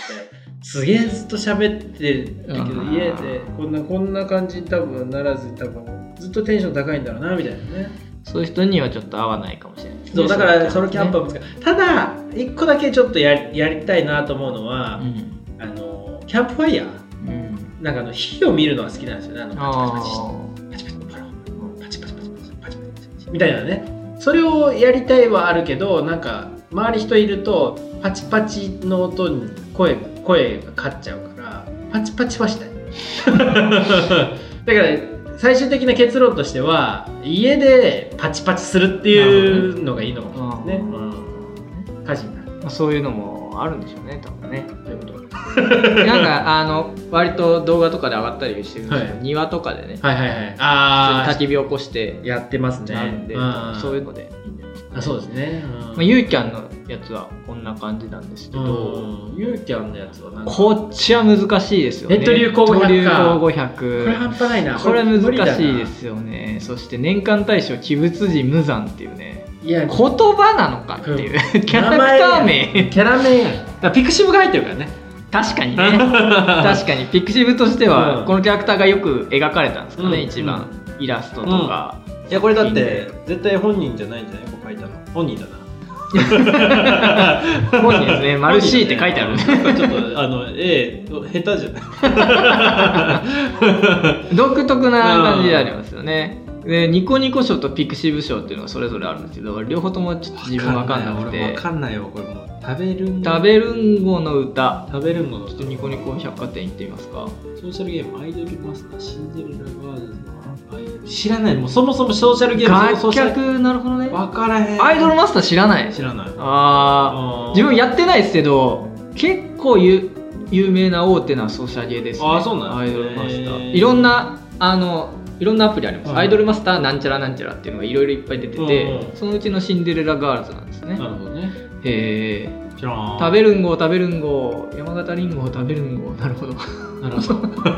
Speaker 1: すげえずっと喋ってるんだけど
Speaker 2: あー
Speaker 1: 家でこんなこんな感じに多分ならずに多分ずっとテンション高いんだろうなみたいなね
Speaker 2: そういう人にはちょっと合わないかもしれないですね
Speaker 1: そうだからソロキャンプ
Speaker 2: ね
Speaker 1: は難しいただ一個だけちょっとやりやりたいなと思うのは、
Speaker 2: うん
Speaker 1: あのキャンプファイヤー
Speaker 2: うん
Speaker 1: なんかあの火を見るのは好きなんですよねあのパチ
Speaker 2: あ
Speaker 1: パチパチパチパチパチパチパチパチパチパチパチパチみたいなねそれをやりたいはあるけどなんか周り人いるとパチパチの音に声声が勝っちゃうからパチパチはしたいだから最終的な結論としては家でパチパチするっていうのがいいのかもしれないですね、うん、火事になる
Speaker 2: ーまあそういうのもあるんでしょうね多分ね
Speaker 1: ということは
Speaker 2: なんかあの割と動画とかで上がったりしてるんですけど、
Speaker 1: は
Speaker 2: 庭とかでね
Speaker 1: はいはいはいあ
Speaker 2: 焚
Speaker 1: あ
Speaker 2: き火起こして
Speaker 1: やってますね
Speaker 2: なるんで、
Speaker 1: うん
Speaker 2: そういうのでいいんじゃないですか
Speaker 1: あそうですね、うん
Speaker 2: まあ、ゆうキャンのやつはこんな感じなんですけど、
Speaker 1: うんユーキャンのやつはなんかこ
Speaker 2: こっちは難しいですよね。
Speaker 1: ネット流行語
Speaker 2: ネット
Speaker 1: 百
Speaker 2: 流
Speaker 1: 科
Speaker 2: 行語
Speaker 1: れ半
Speaker 2: 100
Speaker 1: 端ないな
Speaker 2: これは難
Speaker 1: 無理だな
Speaker 2: しいですよね。そして年間大賞鬼物児無惨っていうね、
Speaker 1: いや
Speaker 2: 言葉なのかっていう、 キャラクター名。
Speaker 1: キャラ名やんだからピクシブが入ってるからね
Speaker 2: 確かにね。確かにピクシブとして
Speaker 1: う
Speaker 2: は
Speaker 1: ん
Speaker 2: このキャラクターがよく描かれたんですかね、
Speaker 1: うん
Speaker 2: 一番、イラストとか、
Speaker 1: いやこれだって絶対本人じゃないんじゃないここ書いたの本人だな
Speaker 2: 本人です ね丸 C って書いてあるね
Speaker 1: なんかちょっとあの A 下手じゃない
Speaker 2: 独特な感じでありますよねでニコニコ賞とピクシブ賞っていうのがそれぞれあるんですけど両方ともちょっと自分分かんなく
Speaker 1: 俺
Speaker 2: て
Speaker 1: 分かんないよこれもう食べる
Speaker 2: 「
Speaker 1: ん
Speaker 2: 食べるんごの歌
Speaker 1: 食べるもの」」
Speaker 2: ちょっとニコニコ百貨店行ってみますか
Speaker 1: ソーシャルゲームアイドルマスターシンデレラガーデンズのアンパイア知らないもうそもそもソーシャルゲーム
Speaker 2: 楽曲なるほどね
Speaker 1: 分からへん
Speaker 2: アイドルマスター知らない
Speaker 1: 知らない
Speaker 2: あ
Speaker 1: あ
Speaker 2: あ
Speaker 1: ー
Speaker 2: 自分やってないですけど結構ゆ有名な大手なソシャゲですね
Speaker 1: あーそうなん
Speaker 2: ア
Speaker 1: で
Speaker 2: イ
Speaker 1: すね
Speaker 2: ドルマスタ
Speaker 1: へ
Speaker 2: ー
Speaker 1: ー
Speaker 2: いろんなあのいろんなアプリあります、
Speaker 1: うん
Speaker 2: アイドルマスターなんちゃらなんちゃらっていうのがいろいろいっぱい出てて、
Speaker 1: うんうん
Speaker 2: そのうちのシンデレラガールズなんですね
Speaker 1: なるほどね
Speaker 2: へえ
Speaker 1: 知らん
Speaker 2: 食べるんご食べるんご山形りんご食べるんごなるほど
Speaker 1: なるほ ど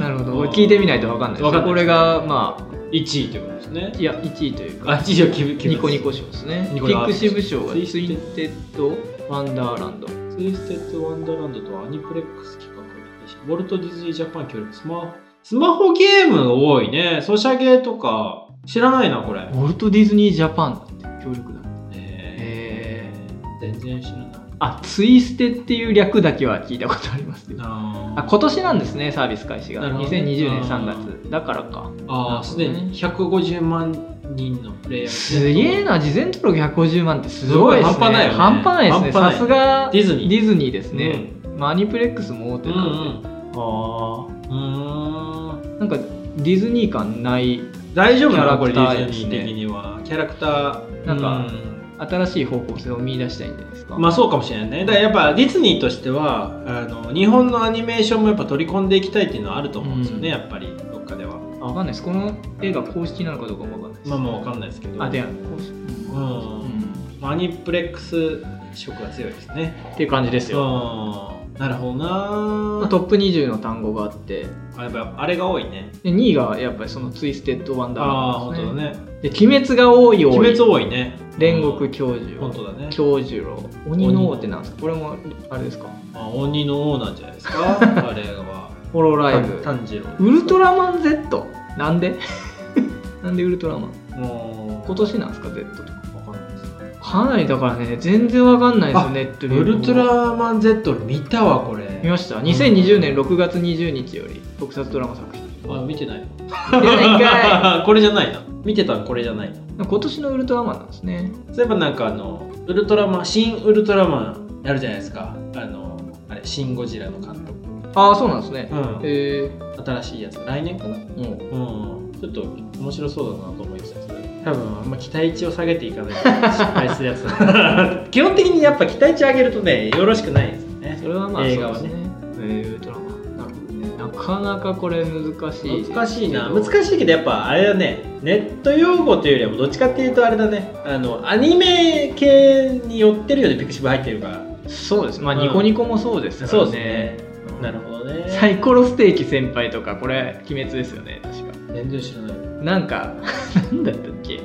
Speaker 2: なるほどこれ聞いてみないと分かんないで
Speaker 1: わ
Speaker 2: す
Speaker 1: かんない
Speaker 2: これがま
Speaker 1: 1位ってことですね
Speaker 2: あいや1位という
Speaker 1: あ
Speaker 2: か
Speaker 1: 1位は決め
Speaker 2: ニコニコ賞ですね
Speaker 1: ニ
Speaker 2: ピ
Speaker 1: コニコ
Speaker 2: クシブ賞がツ
Speaker 1: ツ
Speaker 2: イ
Speaker 1: イステッ
Speaker 2: ンテッドワンダーランド
Speaker 1: ツイステッド・ワンダーランドとアニプレックス企画ウォルト・ディズニー・ジャパン協力スマスマホゲームが多いねソシャゲとか知らないなこれ
Speaker 2: ウォルト・ディズニー・ジャパンだって協力だ
Speaker 1: えー、全然知らない
Speaker 2: あツイステっていう略だけは聞いたことありますけど
Speaker 1: あ
Speaker 2: あ今年なんですねサービス開始が
Speaker 1: なるほど
Speaker 2: 2020年3月だからか
Speaker 1: あーすでに150万人のプレイヤー
Speaker 2: すげえな事前登録150万ってすごいですね
Speaker 1: すごい半端ないよね
Speaker 2: 半端ないです
Speaker 1: 半
Speaker 2: ねさ
Speaker 1: 端ない
Speaker 2: すが
Speaker 1: ディズニー
Speaker 2: ディズニーです
Speaker 1: ね
Speaker 2: ね、マニプレックスも大手
Speaker 1: うんう
Speaker 2: なので、
Speaker 1: んああうん
Speaker 2: なんかディズニー感ない
Speaker 1: 大丈夫なの
Speaker 2: キ
Speaker 1: こ
Speaker 2: ャラク
Speaker 1: れデ
Speaker 2: ター
Speaker 1: ィズ
Speaker 2: です
Speaker 1: ニ
Speaker 2: ね
Speaker 1: ー的にはキャラクター
Speaker 2: なんか
Speaker 1: うん
Speaker 2: 新しい方向性を見出したいんじゃないですか、
Speaker 1: まあそうかもしれないね。だからやっぱディズニーとしてはあの日本のアニメーションもやっぱ取り込んでいきたいっていうのはあると思うんですよね、
Speaker 2: うん
Speaker 1: やっぱりどっかでは。
Speaker 2: あわかんないですこの映画公式なのかどうかもわかんないです
Speaker 1: まあもうわかんないですけど。
Speaker 2: あで公式
Speaker 1: う。
Speaker 2: うんん
Speaker 1: アニプレックス色が強いですね。
Speaker 2: っていう感じです
Speaker 1: う
Speaker 2: よ
Speaker 1: ん。なるほどな
Speaker 2: トップ20の単語があって
Speaker 1: あやっぱあれが多いね。
Speaker 2: で2位がやっぱりそのツイステッド・ワンダー
Speaker 1: ああ、
Speaker 2: ランド
Speaker 1: 本
Speaker 2: です
Speaker 1: 当だね。
Speaker 2: で鬼滅が多い多
Speaker 1: 鬼
Speaker 2: い
Speaker 1: 滅多いね。
Speaker 2: 煉獄教授
Speaker 1: 本当だね。
Speaker 2: 教授郎鬼の王ってなんですかこれもあれですか
Speaker 1: あ鬼の王なんじゃないです か、あれは。
Speaker 2: ホロライブ
Speaker 1: 炭治郎。
Speaker 2: ウルトラマン Z なんで なんでウルトラマン
Speaker 1: もう、
Speaker 2: 今年なんですか Z とか
Speaker 1: わかんないです
Speaker 2: かなりだからね全然わかんないですよ
Speaker 1: あ
Speaker 2: ネットで
Speaker 1: ウルトラマン Z 見たわ、これ。
Speaker 2: 見ました2020年6月20日より特撮ドラマ作品
Speaker 1: あ見てない
Speaker 2: 見てないんか
Speaker 1: これじゃないな見てたのこれじゃないない
Speaker 2: 今年のウルトラマンなんですね
Speaker 1: そういえばなんかあのウルトラマン新ウルトラマンやるじゃないですかあのあれ「シン・ゴジラ」の監督、
Speaker 2: ああそうなんですね
Speaker 1: うん
Speaker 2: え
Speaker 1: 新しいやつ来年かな
Speaker 2: ー、もう
Speaker 1: うんちょっと面白そうだなと思いましたけど多分あんま期待値を下げていかないと失敗するやつだ基本的にやっぱ期待値上げるとねよろしくないですよね
Speaker 2: それはまあ
Speaker 1: 映画は
Speaker 2: そうですねえーウルトラマンなるほどねなかなかこれ難しいですけど
Speaker 1: 難しいな難しいけどやっぱあれだねネット用語というよりもどっちかっていうとあれだねあのアニメ系に寄ってるよねピクシブ入ってるから
Speaker 2: そうですまあ、
Speaker 1: うん
Speaker 2: ニコニコもそうですから
Speaker 1: そうです
Speaker 2: ね
Speaker 1: ね
Speaker 2: うん
Speaker 1: なるほどね
Speaker 2: サイコロステーキ先輩とかこれ鬼滅ですよね確か
Speaker 1: 全然知らない
Speaker 2: なんか なんだったっけ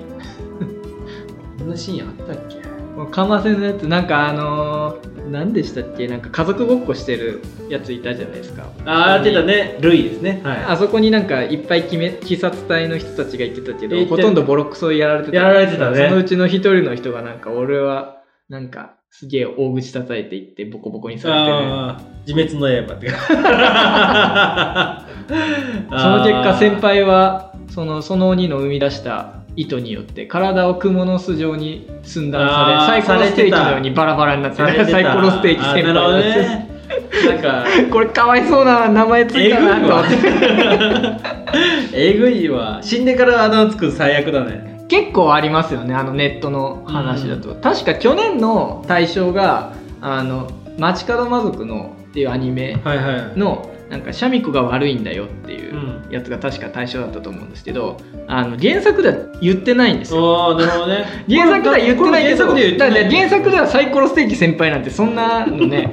Speaker 1: こんなシーンあったっけ
Speaker 2: このかませのやつなんかあのー、何でしたっけなんか家族ごっこしてるやついたじゃないですか
Speaker 1: ああ出たねルイですねは
Speaker 2: あそこになんかいっぱい鬼滅鬼殺隊の人たちが行ってたけど
Speaker 1: 行って
Speaker 2: ほとんどボロクソやられて
Speaker 1: い
Speaker 2: た
Speaker 1: やられてた
Speaker 2: そのう
Speaker 1: ね
Speaker 2: ちの一人の人がなんか俺はなんかすげえ大口叩いていってボコボコにされてる
Speaker 1: あー 自滅の刃ってあー
Speaker 2: その結果先輩はそのその鬼の生み出した意図によって体を蜘蛛の巣状に寸断され
Speaker 1: あー
Speaker 2: サイコロステー
Speaker 1: されて
Speaker 2: キ
Speaker 1: た
Speaker 2: のようにバラバラになって
Speaker 1: されて
Speaker 2: る
Speaker 1: た
Speaker 2: サイコロステーキ先輩
Speaker 1: あ
Speaker 2: の
Speaker 1: ーな
Speaker 2: やつ
Speaker 1: るほどね なんか
Speaker 2: これかわいそうな名前つい
Speaker 1: え
Speaker 2: た
Speaker 1: ぐい
Speaker 2: なと思
Speaker 1: わ
Speaker 2: って。
Speaker 1: えぐいわ死んでから穴つく最悪だね
Speaker 2: 結構ありますよねあのネットの話だと、確か去年の対象が「あの街角魔族の」っていうアニメ
Speaker 1: はいはい
Speaker 2: のなんかシャミ子が悪いんだよっていううやつが確か対象だったと思うんですけどあの原作では言ってないんですよ
Speaker 1: ああなるほどね
Speaker 2: 原作では言ってないけど
Speaker 1: これ原作では言って
Speaker 2: だ
Speaker 1: ない
Speaker 2: から原作ではサイコロステーキ先輩なんてそんな のね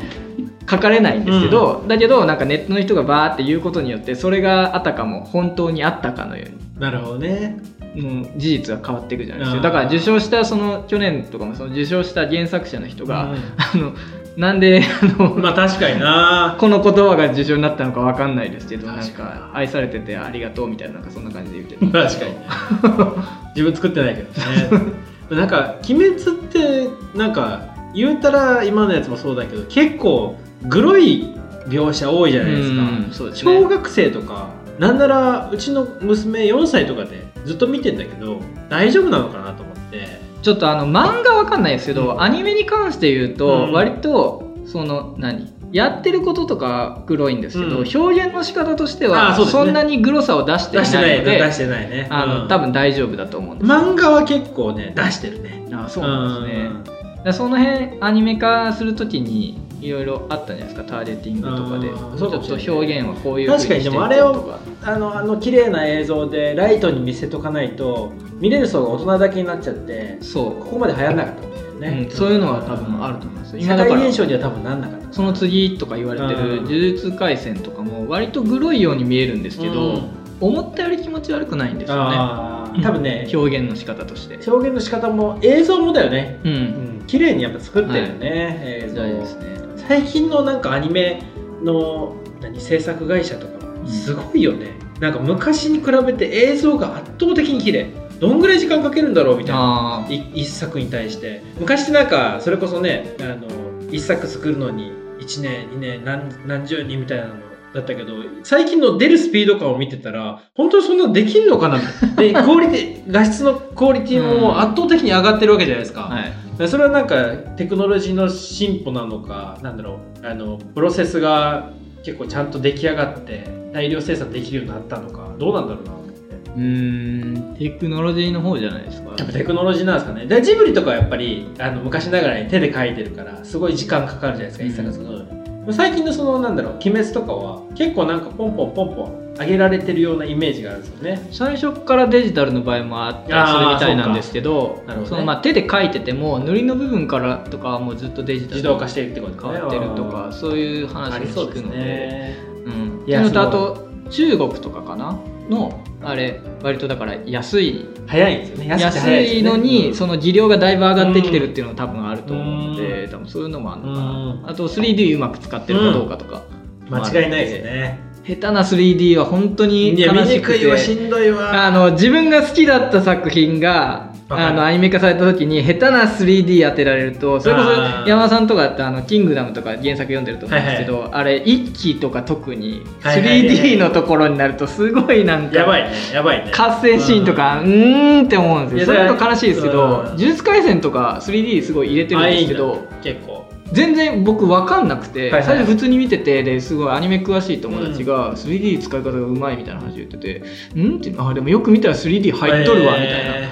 Speaker 2: 書かれないんですけど、だけどなんかネットの人がバーって言うことによってそれがあたかも本当にあったかのように
Speaker 1: なるほどね
Speaker 2: うん、事実は変わっていくじゃないです
Speaker 1: う
Speaker 2: か
Speaker 1: ん
Speaker 2: だから受賞したその去年とかもその受賞した原作者の人が、
Speaker 1: うん
Speaker 2: あのなんで あの、
Speaker 1: まあ確かにな
Speaker 2: この言葉が受賞になったのかわかんないですけどなん
Speaker 1: 確かに
Speaker 2: か愛され ててありがとうみたいななんかそんな感じで言ってた
Speaker 1: 確かに自分作ってないけどねなんか「鬼滅」ってなんか言うたら今のやつもそうだけど結構グロい描写多いじゃないですか、
Speaker 2: うんそうですね
Speaker 1: 小学生とかなんならうちの娘4歳とかでずっと見てんだけど大丈夫なのかなと思って
Speaker 2: ちょっとあの漫画わかんないですけど、アニメに関して言うと、
Speaker 1: うん
Speaker 2: 割とその何やってることとか黒いんですけど、
Speaker 1: うん
Speaker 2: 表現の仕方として
Speaker 1: あ
Speaker 2: は
Speaker 1: そうですね
Speaker 2: そんなにグロさを出してい
Speaker 1: 出して
Speaker 2: な
Speaker 1: ないい
Speaker 2: の
Speaker 1: ね
Speaker 2: で
Speaker 1: 出してないね
Speaker 2: あの、
Speaker 1: うん
Speaker 2: 多分大丈夫だと思うんです、
Speaker 1: 漫画は結構ね出してるね
Speaker 2: あそうなんですね、だからその辺アニメ化するときにいろいろあったんじゃないですかターゲティングとかで
Speaker 1: あー
Speaker 2: ち
Speaker 1: そ
Speaker 2: ょ
Speaker 1: うかもしれない
Speaker 2: っと表現はこういう風
Speaker 1: 確かに
Speaker 2: して
Speaker 1: で
Speaker 2: い
Speaker 1: も
Speaker 2: こ
Speaker 1: あ
Speaker 2: う
Speaker 1: れを
Speaker 2: とか
Speaker 1: あのあの綺麗な映像でライトに見せとかないと見れる層が大人だけになっちゃってこ
Speaker 2: そ
Speaker 1: こまで流行らなかったんだよ
Speaker 2: う、
Speaker 1: ね、
Speaker 2: うんそういうのは多分あると思いますよ
Speaker 1: 社
Speaker 2: だから
Speaker 1: 会現象には多分なんなかった
Speaker 2: その次とか言われてる
Speaker 1: うん
Speaker 2: 「呪術廻戦」とかも割とグロいように見えるんですけど、
Speaker 1: うん
Speaker 2: 思ったより気持ち悪くないんですよね
Speaker 1: あー多分ね
Speaker 2: 表現の仕方として
Speaker 1: 表現の仕方も映像もだよね、
Speaker 2: う
Speaker 1: うんん、綺麗にやっぱ作ってるよね、映像
Speaker 2: 大事ですね
Speaker 1: 最近のなんかアニメの何制作会社とか
Speaker 2: ん
Speaker 1: すごいよね、なんか昔に比べて映像が圧倒的に綺麗どんぐらい時間かけるんだろうみたいな
Speaker 2: あ
Speaker 1: い一作に対して昔ってなんかそれこそねあの一作作るのに1年2年何何十人みたいなのだったけど最近の出るスピード感を見てたら本当にそんなできんのかなでクオリティ画質のクオリティ
Speaker 2: うん
Speaker 1: も圧倒的に上がってるわけじゃないです
Speaker 2: あ
Speaker 1: か、
Speaker 2: はい
Speaker 1: でそれはなんかテクノロジーの進歩なのかなんだろうあのプロセスが結構ちゃんと出来上がって大量生産できるようになったのかどうなんだろうなと思って
Speaker 2: うーんテクノロジーの方じゃないですか
Speaker 1: やっぱテクノロジーなんですかねでジブリとかはやっぱりあの昔ながらに手で描いてるからすごい時間かかるじゃないですか
Speaker 2: うん
Speaker 1: 一作作るのに最近のそのなんだろう「鬼滅」とかは結構なんかポンポンポンポン上げられてるようなイメージがあるんですよね
Speaker 2: 最初からデジタルの場合もあったりするみたいなんですけど
Speaker 1: あーそうかなるほどね
Speaker 2: そのまあ手で書いてても塗りの部分からとかはもうずっとデジタル
Speaker 1: 自動化してるってこと
Speaker 2: 変わってるとかそういう話
Speaker 1: あ
Speaker 2: も
Speaker 1: りそうで
Speaker 2: 聞く
Speaker 1: す
Speaker 2: ので
Speaker 1: ね
Speaker 2: うん、
Speaker 1: いや
Speaker 2: それと
Speaker 1: す
Speaker 2: あ
Speaker 1: ごい
Speaker 2: と中国とかかなのあれ割とだから安い
Speaker 1: 早いんですよね
Speaker 2: 安い,、
Speaker 1: くて早ですね
Speaker 2: のに、
Speaker 1: うん
Speaker 2: その技量がだいぶ上がってきてるっていうのは多分あると思うので、
Speaker 1: う
Speaker 2: 多分そういうのもあるのか
Speaker 1: う
Speaker 2: な、
Speaker 1: ん
Speaker 2: あと 3D うまく使ってるかどうかとか、
Speaker 1: 間違いないですね
Speaker 2: 下手な 3D は本当に
Speaker 1: いや
Speaker 2: 悲
Speaker 1: 見
Speaker 2: し
Speaker 1: に
Speaker 2: く
Speaker 1: くいわしてんどいわ
Speaker 2: あの自分が好きだった作品が
Speaker 1: わかる
Speaker 2: あのアニメ化された時に下手な 3D 当てられるとそれこそ
Speaker 1: あー
Speaker 2: 山田さんとかってあの「キングダム」とか原作読んでると思うんですけど、あれ一期とか特に
Speaker 1: はいはいはい
Speaker 2: 3D のところになるとすごいなんか
Speaker 1: やばいねやばいね
Speaker 2: 合戦シーンとかうーんって思うんですよそ
Speaker 1: いや
Speaker 2: れ
Speaker 1: だ
Speaker 2: と悲しいですけ
Speaker 1: うん
Speaker 2: ど「呪術廻戦」とか 3D すごい入れてるんですけ
Speaker 1: あいい
Speaker 2: ど
Speaker 1: んだ結構
Speaker 2: 全然僕分かんなくて、
Speaker 1: はいはい
Speaker 2: 最初普通に見ててですごいアニメ詳しい友達が 3D 使い方がうまいみたいな話言ってて「うん?」ってあでもよく見たら 3D 入っとるわみたいな、だ
Speaker 1: え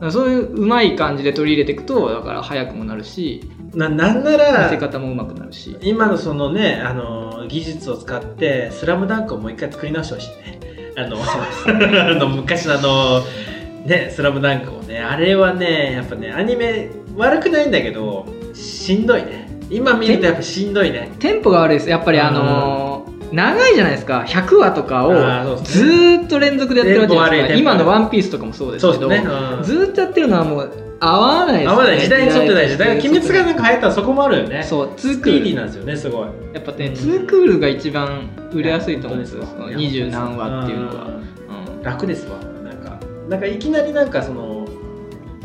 Speaker 2: からそういううまい感じで取り入れていくとだから早くもなるし
Speaker 1: ーななんな
Speaker 2: 見
Speaker 1: ら
Speaker 2: せ方もうまくなるし
Speaker 1: 今のそのねあの技術を使って「スラムダンクをもう一回作り直してほしいねあ のあの昔のあのね「スラムダンクをねあれはねやっぱねアニメ悪くないんだけどしんどいね今見るとやっぱしんどいね
Speaker 2: テンポが悪いですやっぱりあのー長いじゃないですか100話とか
Speaker 1: あーそう
Speaker 2: を
Speaker 1: です
Speaker 2: ずーっと連続でやってるわけじゃないですか
Speaker 1: テンポ
Speaker 2: 今
Speaker 1: 悪いテンポ悪い
Speaker 2: の「ワンピースとかもそうです
Speaker 1: そう
Speaker 2: け
Speaker 1: です
Speaker 2: ど
Speaker 1: ね、うん
Speaker 2: ずーっとやってるのはもう合わないですよ
Speaker 1: 合
Speaker 2: ね
Speaker 1: わない時代に沿ってないしだから「鬼滅」がなんか
Speaker 2: か
Speaker 1: 流行ったらそこもあるよね
Speaker 2: そうツー
Speaker 1: ス
Speaker 2: ク
Speaker 1: ピーディー
Speaker 2: ール
Speaker 1: なんですよねすごい
Speaker 2: やっぱね
Speaker 1: うん
Speaker 2: ツークールが一番売れやすいと思うんですよ
Speaker 1: いや
Speaker 2: その
Speaker 1: いや
Speaker 2: 二十何話っていうの
Speaker 1: う
Speaker 2: は
Speaker 1: ん楽ですわなんかなんかいきなりなんかその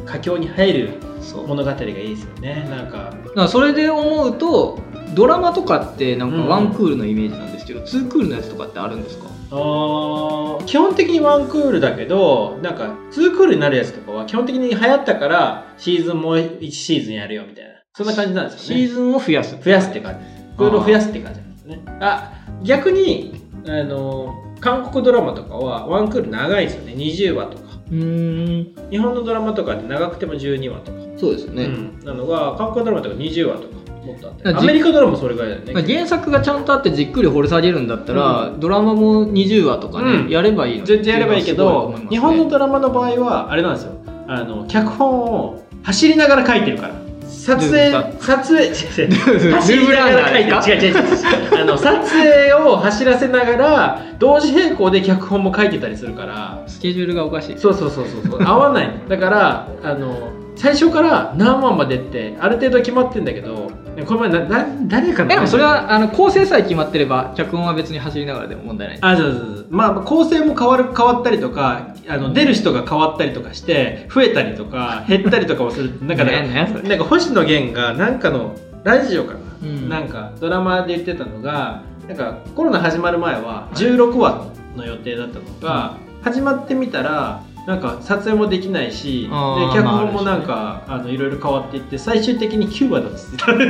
Speaker 1: 佳境に入る
Speaker 2: そう
Speaker 1: 物語がいいですよねなんか
Speaker 2: だからそれで思うとドラマとかってなんか
Speaker 1: うん
Speaker 2: ワンクールのイメージなんですけどツークールのやつとかってあるんですか
Speaker 1: あー基本的にワンクールだけどなんかツークールになるやつとかは基本的に流行ったからシーズンもう1シーズンやるよみたいなそんな感じなんです
Speaker 2: シ
Speaker 1: よね
Speaker 2: ーズンを増やす
Speaker 1: 増やすって感じクールを増やすって感じなんですねあ逆にあの韓国ドラマとかはワンクール長いですよね20話とか
Speaker 2: うーん
Speaker 1: 日本のドラマとかで長くても12話とか、
Speaker 2: そうですね、
Speaker 1: うんなのが韓国ドラマとか20話とかもっとあって
Speaker 2: だから
Speaker 1: ア
Speaker 2: じ
Speaker 1: メリカドラマもそれぐらいだよね
Speaker 2: まあ原作がちゃんとあってじっくり掘り下げるんだったら、ドラマも20話とかね、
Speaker 1: うん
Speaker 2: やればいいのに
Speaker 1: 全然やればいいけど、
Speaker 2: ってうのはすごい思いますね
Speaker 1: 日本のドラマの場合はあれなんですよあの脚本を走りながら書いてるから撮影
Speaker 2: どういうこ
Speaker 1: 撮影違う違う
Speaker 2: ルームランナー
Speaker 1: 走りながら書いて
Speaker 2: ですか
Speaker 1: る違う違う違う違うあの撮影を走らせながら同時並行で脚本も書いてたりするから
Speaker 2: スケジュールがおかしい
Speaker 1: そうそうそうそうそう合わないだからあの最初から何話までってある程度決まってんだけどこの前なな誰かの
Speaker 2: でもそれはあの構成さえ決まってれば脚本は別に走りながらでも問題ない
Speaker 1: あそうそうそうまあ構成も変わる変わったりとかあの出る人が変わったりとかして増えたりと か減ったりとかもするなんかね
Speaker 2: ねそれ
Speaker 1: なんか星野源がなんかのラジオかな、
Speaker 2: うん
Speaker 1: なんかドラマで言ってたのがなんかコロナ始まる前は16話の予定だったのが、始まってみたらなんか撮影もできないしで
Speaker 2: あー
Speaker 1: 脚
Speaker 2: まあある
Speaker 1: 本
Speaker 2: し
Speaker 1: もなんか、あのいろいろ変わっていって最終的に9話だっつってた なん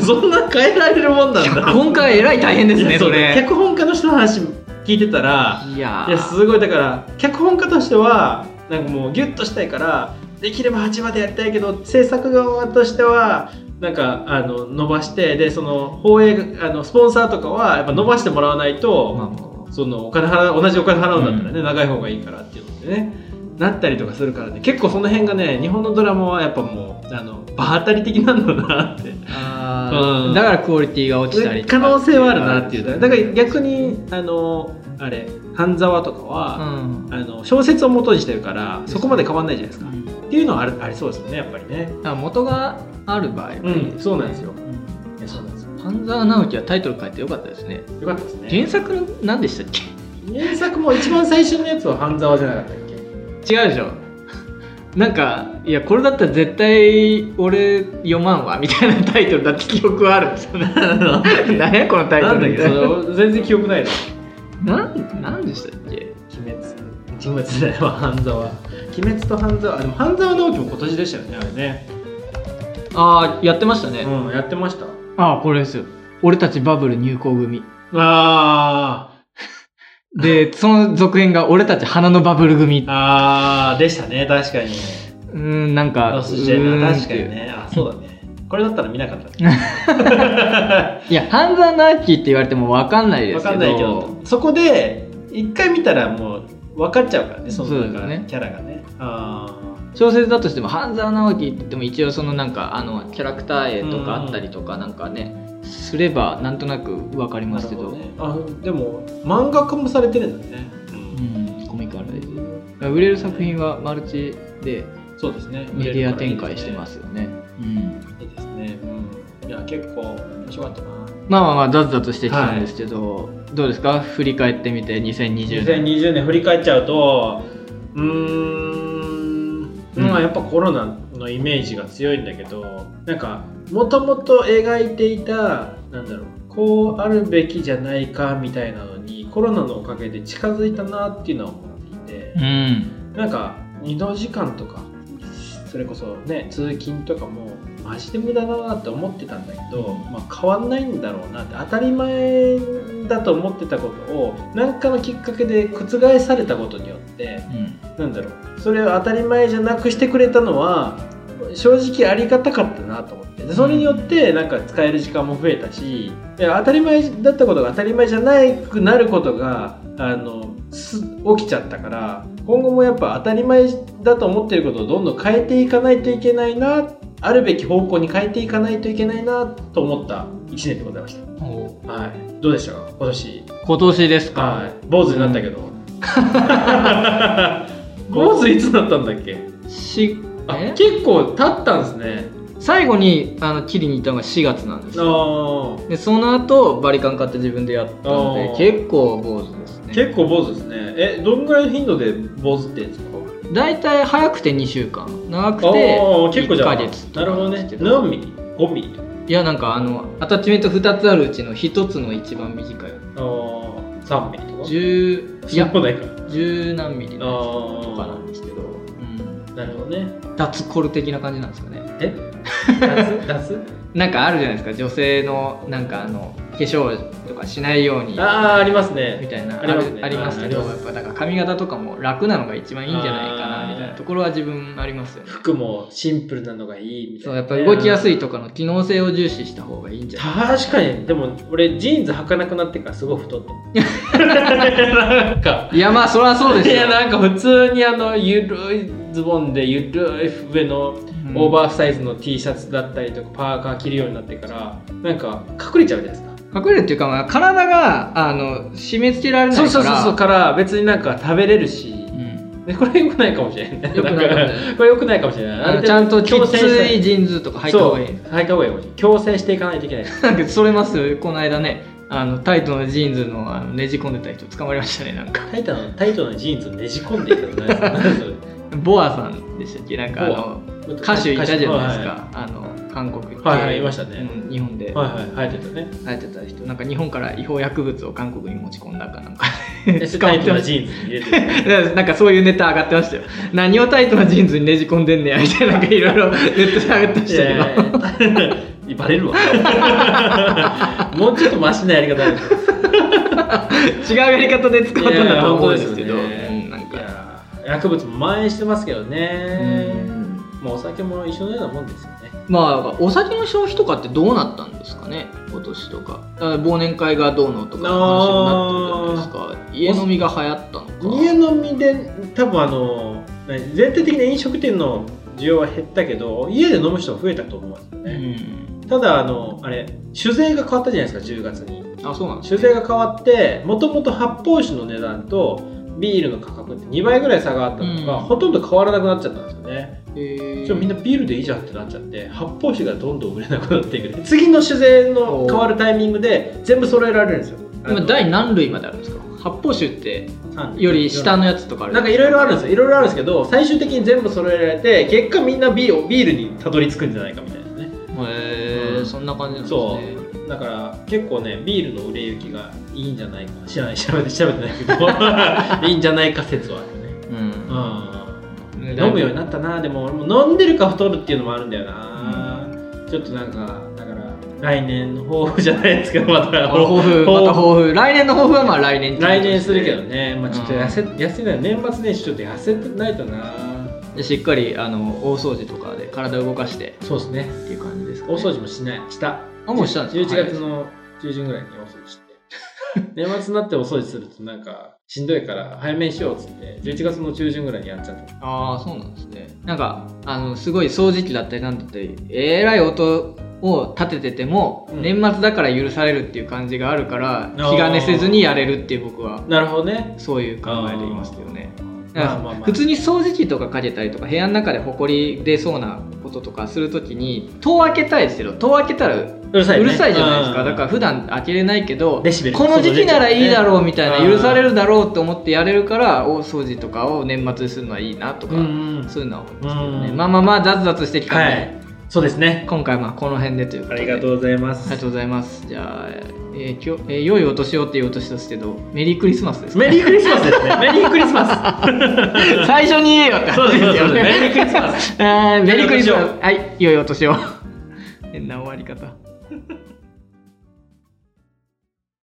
Speaker 1: かそんな変えられるもんなんだ
Speaker 2: 脚本家えらい大変です
Speaker 1: い
Speaker 2: ね
Speaker 1: や
Speaker 2: そう
Speaker 1: ね
Speaker 2: れ
Speaker 1: 脚本家の人の話聞いてたら
Speaker 2: いや
Speaker 1: いやすごいだから脚本家としてはなんかもうギュッとしたいからできれば8までやりたいけど制作側としてはなんかあの伸ばしてでその放映あのスポンサーとかはやっぱ伸ばしてもらわないと、
Speaker 2: まあまあまあ
Speaker 1: そのお金払う同じお金払うんだったらね、長い方がいいからっていうのでねなったりとかするからね結構その辺がね日本のドラマはやっぱもうあの場当たり的なんだなって
Speaker 2: あー
Speaker 1: うん
Speaker 2: だからクオリティが落ちたりとか
Speaker 1: 可能性はあるなっていうだから逆
Speaker 2: う
Speaker 1: に
Speaker 2: ん
Speaker 1: あのあれ半沢とかは、あの小説を元にしてるからそこまで変わんないじゃないですか、っていうのはあるありそうですよねやっぱりね
Speaker 2: だから元がある場合はね
Speaker 1: うんそうなんですよ
Speaker 2: うん
Speaker 1: いやそうなんですよ
Speaker 2: 半沢直樹はタイトル変えてよかったですね
Speaker 1: よかったですね
Speaker 2: 原作何でしたっけ
Speaker 1: 原作も一番最初のやつは半沢じゃなかったっけ
Speaker 2: 違うでしょ なんかいやこれだったら絶対俺読まんわみたいなタイトルだって記憶はあるんですよね 何やこのタイト
Speaker 1: なんだっ
Speaker 2: ル
Speaker 1: けそれ全然記憶ないです
Speaker 2: なんなんでしたっけ
Speaker 1: 鬼滅鬼滅だよ半沢鬼滅と半沢あでも半沢直樹も今年でしたよねあれね
Speaker 2: ああやってましたね、
Speaker 1: うんやってました
Speaker 2: ああこれですよ俺たちバブル入校組
Speaker 1: あ
Speaker 2: でその続編が俺たち花のバブル組
Speaker 1: ーあーでしたね確かに
Speaker 2: うーんなんか
Speaker 1: あそして
Speaker 2: うーん
Speaker 1: 確か
Speaker 2: っ
Speaker 1: に
Speaker 2: ていう
Speaker 1: ねあそうだねこれだったら見なかったね
Speaker 2: いや半沢直樹って言われても分かんないで
Speaker 1: わ
Speaker 2: すけ
Speaker 1: か
Speaker 2: ど
Speaker 1: んないけどそこで一回見たらもう分かっちゃうからねそのなんか
Speaker 2: そうですね
Speaker 1: キャラがねあ
Speaker 2: 小説だとしても半沢直樹って言っても一応そのなんかあのキャラクター絵とかあったりとかなんかねすればなんとなく分かり
Speaker 1: ー
Speaker 2: ま
Speaker 1: なる
Speaker 2: すけ
Speaker 1: ほ
Speaker 2: ど
Speaker 1: どねあでも漫画化もされてるんだね
Speaker 2: うんコミカルで売れる作品はマルチで
Speaker 1: そうですね
Speaker 2: メディア展開してますすよねうん
Speaker 1: いいですね。うん、いや結構面白かったな。
Speaker 2: まあまあまあ雑々としてきたんですけど、どうですか振り返ってみて2020年
Speaker 1: 2020年振り返っちゃうと、うーん、
Speaker 2: うん
Speaker 1: まあやっぱコロナのイメージが強いんだけど、なんかもともと描いていたなんだろう。こうあるべきじゃないかみたいなのにコロナのおかげで近づいたなっていうのは思っていて、
Speaker 2: うん
Speaker 1: なんか移動時間とかそれこそね通勤とかもマジで無駄だなって思ってたんだけど、まあ、変わんないんだろうなって当たり前だと思ってたことを何かのきっかけで覆されたことによって
Speaker 2: うん
Speaker 1: なんだろうそれを当たり前じゃなくしてくれたのは正直ありがたかったなと思ってでそれによってなんか使える時間も増えたしで当たり前だったことが当たり前じゃなくなることがあのす起きちゃったから今後もやっぱ当たり前だと思ってることをどんどん変えていかないといけないなあるべき方向に変えていかないといけないなと思った1年でございました。はい、どうでしたか今年
Speaker 2: 今年ですか、
Speaker 1: はい、坊主になったけ ど。坊主いつだったんだっけ？
Speaker 2: し
Speaker 1: あ
Speaker 2: え
Speaker 1: 結構経ったんですね。
Speaker 2: 最後にあの切りに行ったのが4月なんですよ
Speaker 1: あ
Speaker 2: でその後バリカン買って自分でやったの
Speaker 1: あ
Speaker 2: で
Speaker 1: ー
Speaker 2: 結構坊主です
Speaker 1: あ、
Speaker 2: ね
Speaker 1: 結構坊主ですね。え、どんぐらいの頻度で坊主ってんですか？
Speaker 2: 大体早くて2週間長く
Speaker 1: あ
Speaker 2: て
Speaker 1: あ、結構じゃあ。
Speaker 2: 1ヶ月と
Speaker 1: な
Speaker 2: か
Speaker 1: るほど
Speaker 2: ん
Speaker 1: ね
Speaker 2: です。けど
Speaker 1: 何ミリ？5ミリとか。
Speaker 2: いやなんかあのアタッチメント2つあるうちの1つの一番短い
Speaker 1: ああ、3ミリとか。
Speaker 2: 10い
Speaker 1: そ
Speaker 2: や
Speaker 1: こないから。
Speaker 2: 十何ミリのやつとか
Speaker 1: あー
Speaker 2: なんですけど、うん、
Speaker 1: なるほどね。
Speaker 2: 脱コル的な感じなんですかね
Speaker 1: え？脱脱？
Speaker 2: なんかあるじゃないですか女性のなんかあの化粧とかしないよう に
Speaker 1: ああ、あります
Speaker 2: み
Speaker 1: ね。
Speaker 2: たいな
Speaker 1: あ
Speaker 2: あ
Speaker 1: り
Speaker 2: り
Speaker 1: ま
Speaker 2: ます
Speaker 1: ね
Speaker 2: ありますけ
Speaker 1: あ
Speaker 2: ど
Speaker 1: りま
Speaker 2: や
Speaker 1: す
Speaker 2: っぱだから髪型とかも楽なのが一番いいんじゃないか
Speaker 1: あー
Speaker 2: なみたいなところは自分ありますよね
Speaker 1: 服もシンプルなのがいいみた
Speaker 2: そ
Speaker 1: いうな
Speaker 2: や
Speaker 1: ね。
Speaker 2: っぱ動きやすいとかの機能性を重視した方がいいんじゃない
Speaker 1: 確かにでも俺ジーンズ履かなくなってからすごい太ったなんか
Speaker 2: いやまあそりゃそうです
Speaker 1: い
Speaker 2: よ
Speaker 1: やなんか普通にあのゆるいズボンでゆるい上の
Speaker 2: うん
Speaker 1: オーバーサイズの T シャツだったりとかパーカー着るようになってからなんか隠れちゃうじゃないですか
Speaker 2: 隠れるっていうか、まあ、体があの締め付けられないか
Speaker 1: そう
Speaker 2: ら
Speaker 1: そうそうそうから別になんか食べれるし
Speaker 2: うん
Speaker 1: でこれ良くないかもしれない
Speaker 2: よくな
Speaker 1: だ
Speaker 2: い
Speaker 1: からこれ良くないかもしれない
Speaker 2: あ
Speaker 1: あ
Speaker 2: の
Speaker 1: る
Speaker 2: ちゃんときつ
Speaker 1: 強制して
Speaker 2: い人数とか入った
Speaker 1: そ
Speaker 2: 方
Speaker 1: う
Speaker 2: がいい
Speaker 1: 履いた方がいいかもしれない強制していかないといけない
Speaker 2: なんかそれますよこの間ねあのタイトのジーンズのあのねじ込んでた人捕まりましたねなんか
Speaker 1: タイトのタイトのジーンズをねじ込んでいくの何それ何そ れ
Speaker 2: ボアさんでしたっけなんかあの歌手いたじゃないですか、あの韓国系
Speaker 1: はいはいいましたね
Speaker 2: うん日本
Speaker 1: は
Speaker 2: で
Speaker 1: いはいはい生えてたね
Speaker 2: 生えてた人なんか日本から違法薬物を韓国に持ち込んだかなんか
Speaker 1: でタイトな
Speaker 2: まし
Speaker 1: ジーンズに入れてる
Speaker 2: た なんかそういうネタ上がってましたよ何をタイトなジーンズにねじ込んでんねやみたいななんかいろいろネットで上がってま
Speaker 1: い
Speaker 2: した
Speaker 1: や
Speaker 2: け
Speaker 1: い
Speaker 2: ど
Speaker 1: やいやバレるわ もうちょっとマシなやり方ある
Speaker 2: 違うやり方で使ったんだと思うんですけど
Speaker 1: いやいや本当ですよね
Speaker 2: うんなん
Speaker 1: い
Speaker 2: か
Speaker 1: やー薬物も蔓延してますけど
Speaker 2: う
Speaker 1: ね
Speaker 2: ん
Speaker 1: もうお酒も一緒のようなもんですよね
Speaker 2: まあお酒の消費とかってどうなったんですかね今年とかだから忘年会がどうのとかの話になってるじゃないですか家飲みが流行ったのか
Speaker 1: 家飲みで多分あの何全体的な飲食店の需要は減ったけど家で飲む人は増えたと思うんですよ
Speaker 2: う
Speaker 1: ね、
Speaker 2: ん
Speaker 1: ただあのあれ酒税が変わったじゃないですか10月に
Speaker 2: あそうなんです
Speaker 1: 酒税が変わってもともと発泡酒の値段とビールの価格って2倍ぐらい差があったのが、
Speaker 2: うん
Speaker 1: ほとんど変わらなくなっちゃったんですよね、
Speaker 2: へー
Speaker 1: じゃあみんなビールでいいじゃんってなっちゃって発泡酒がどんどん売れなくなっていく次の酒税の変わるタイミングで全部揃えられるんですよ
Speaker 2: 今第何類まであるんですか発泡酒ってより下のやつとかある
Speaker 1: なんかいろいろあるんですよいろいろあるんですけど最終的に全部揃えられて結果みんなビールビールにたどり着くんじゃないかみたいなね
Speaker 2: へ
Speaker 1: う
Speaker 2: え
Speaker 1: ん
Speaker 2: そんな感じなんです
Speaker 1: そ
Speaker 2: ね
Speaker 1: うだから結構ねビールの売れ行きがいいんじゃないか知らない調べて調べてないけどいいんじゃないか説はあるね
Speaker 2: うん
Speaker 1: うん飲むようになったなでも俺も飲んでるか太るっていうのもあるんだよな、ちょっとなんかだから来年の抱負じゃないですけどまた
Speaker 2: あ抱負また抱負来年の抱負はまあ来年ってことで
Speaker 1: 来年するけどね、まあ、ちょっと痩せ,、痩せない年末年始ちょっと痩せてないとな
Speaker 2: でしっかりあの大掃除とかで体を動かして
Speaker 1: そうですね
Speaker 2: っていう感じですか、ね、
Speaker 1: 大掃除もしないした
Speaker 2: あもうしたんですか
Speaker 1: 11月の中旬ぐらいに大掃除して年末になってお掃除するとなんかしんどいから早めにしようっつって11月の中旬ぐらいにやっちゃった
Speaker 2: ああそうなんですねなんかあのすごい掃除機だったりなんだったりえらい音を立ててても、
Speaker 1: うん
Speaker 2: 年末だから許されるっていう感じがあるから
Speaker 1: ー
Speaker 2: 気兼ねせずにやれるっていう僕は
Speaker 1: なるほどね
Speaker 2: そういう考えでいますけどねだ
Speaker 1: まあ
Speaker 2: か
Speaker 1: まあ
Speaker 2: ら
Speaker 1: まあ
Speaker 2: 普通に掃除機とかかけたりとか部屋の中で埃出そうなこととかするときに戸を開けたいですけど戸を開けたらう
Speaker 1: うるさい、ね、
Speaker 2: るさいじゃないです
Speaker 1: う
Speaker 2: か、
Speaker 1: ん
Speaker 2: だから普段開けれないけど
Speaker 1: デシベル
Speaker 2: この時期ならいいだろうみたいな
Speaker 1: うん
Speaker 2: 許されるだろうと思ってやれるから大掃除とかを年末にするのはいいなとか、
Speaker 1: うんうん
Speaker 2: そういうのは思いますけどね、
Speaker 1: うん
Speaker 2: まあまあまあ雑々してきた
Speaker 1: は
Speaker 2: んで、
Speaker 1: いそうですね
Speaker 2: 今回はまあこの辺でというこ
Speaker 1: あ
Speaker 2: とで
Speaker 1: りがとうございま
Speaker 2: あり
Speaker 1: す
Speaker 2: がとうございますじゃあ、えー今日えー良いお年をっていうお年ですけどメリークリスマ スです
Speaker 1: メリークリスマスですねメリークリス マ
Speaker 2: 最初に言えよって
Speaker 1: スそう
Speaker 2: 話
Speaker 1: ですそうで
Speaker 2: です
Speaker 1: す
Speaker 2: よね
Speaker 1: メリークリスマス
Speaker 2: えーメリークリスマス
Speaker 1: 良いお年
Speaker 2: はい良いお年を変な終わり方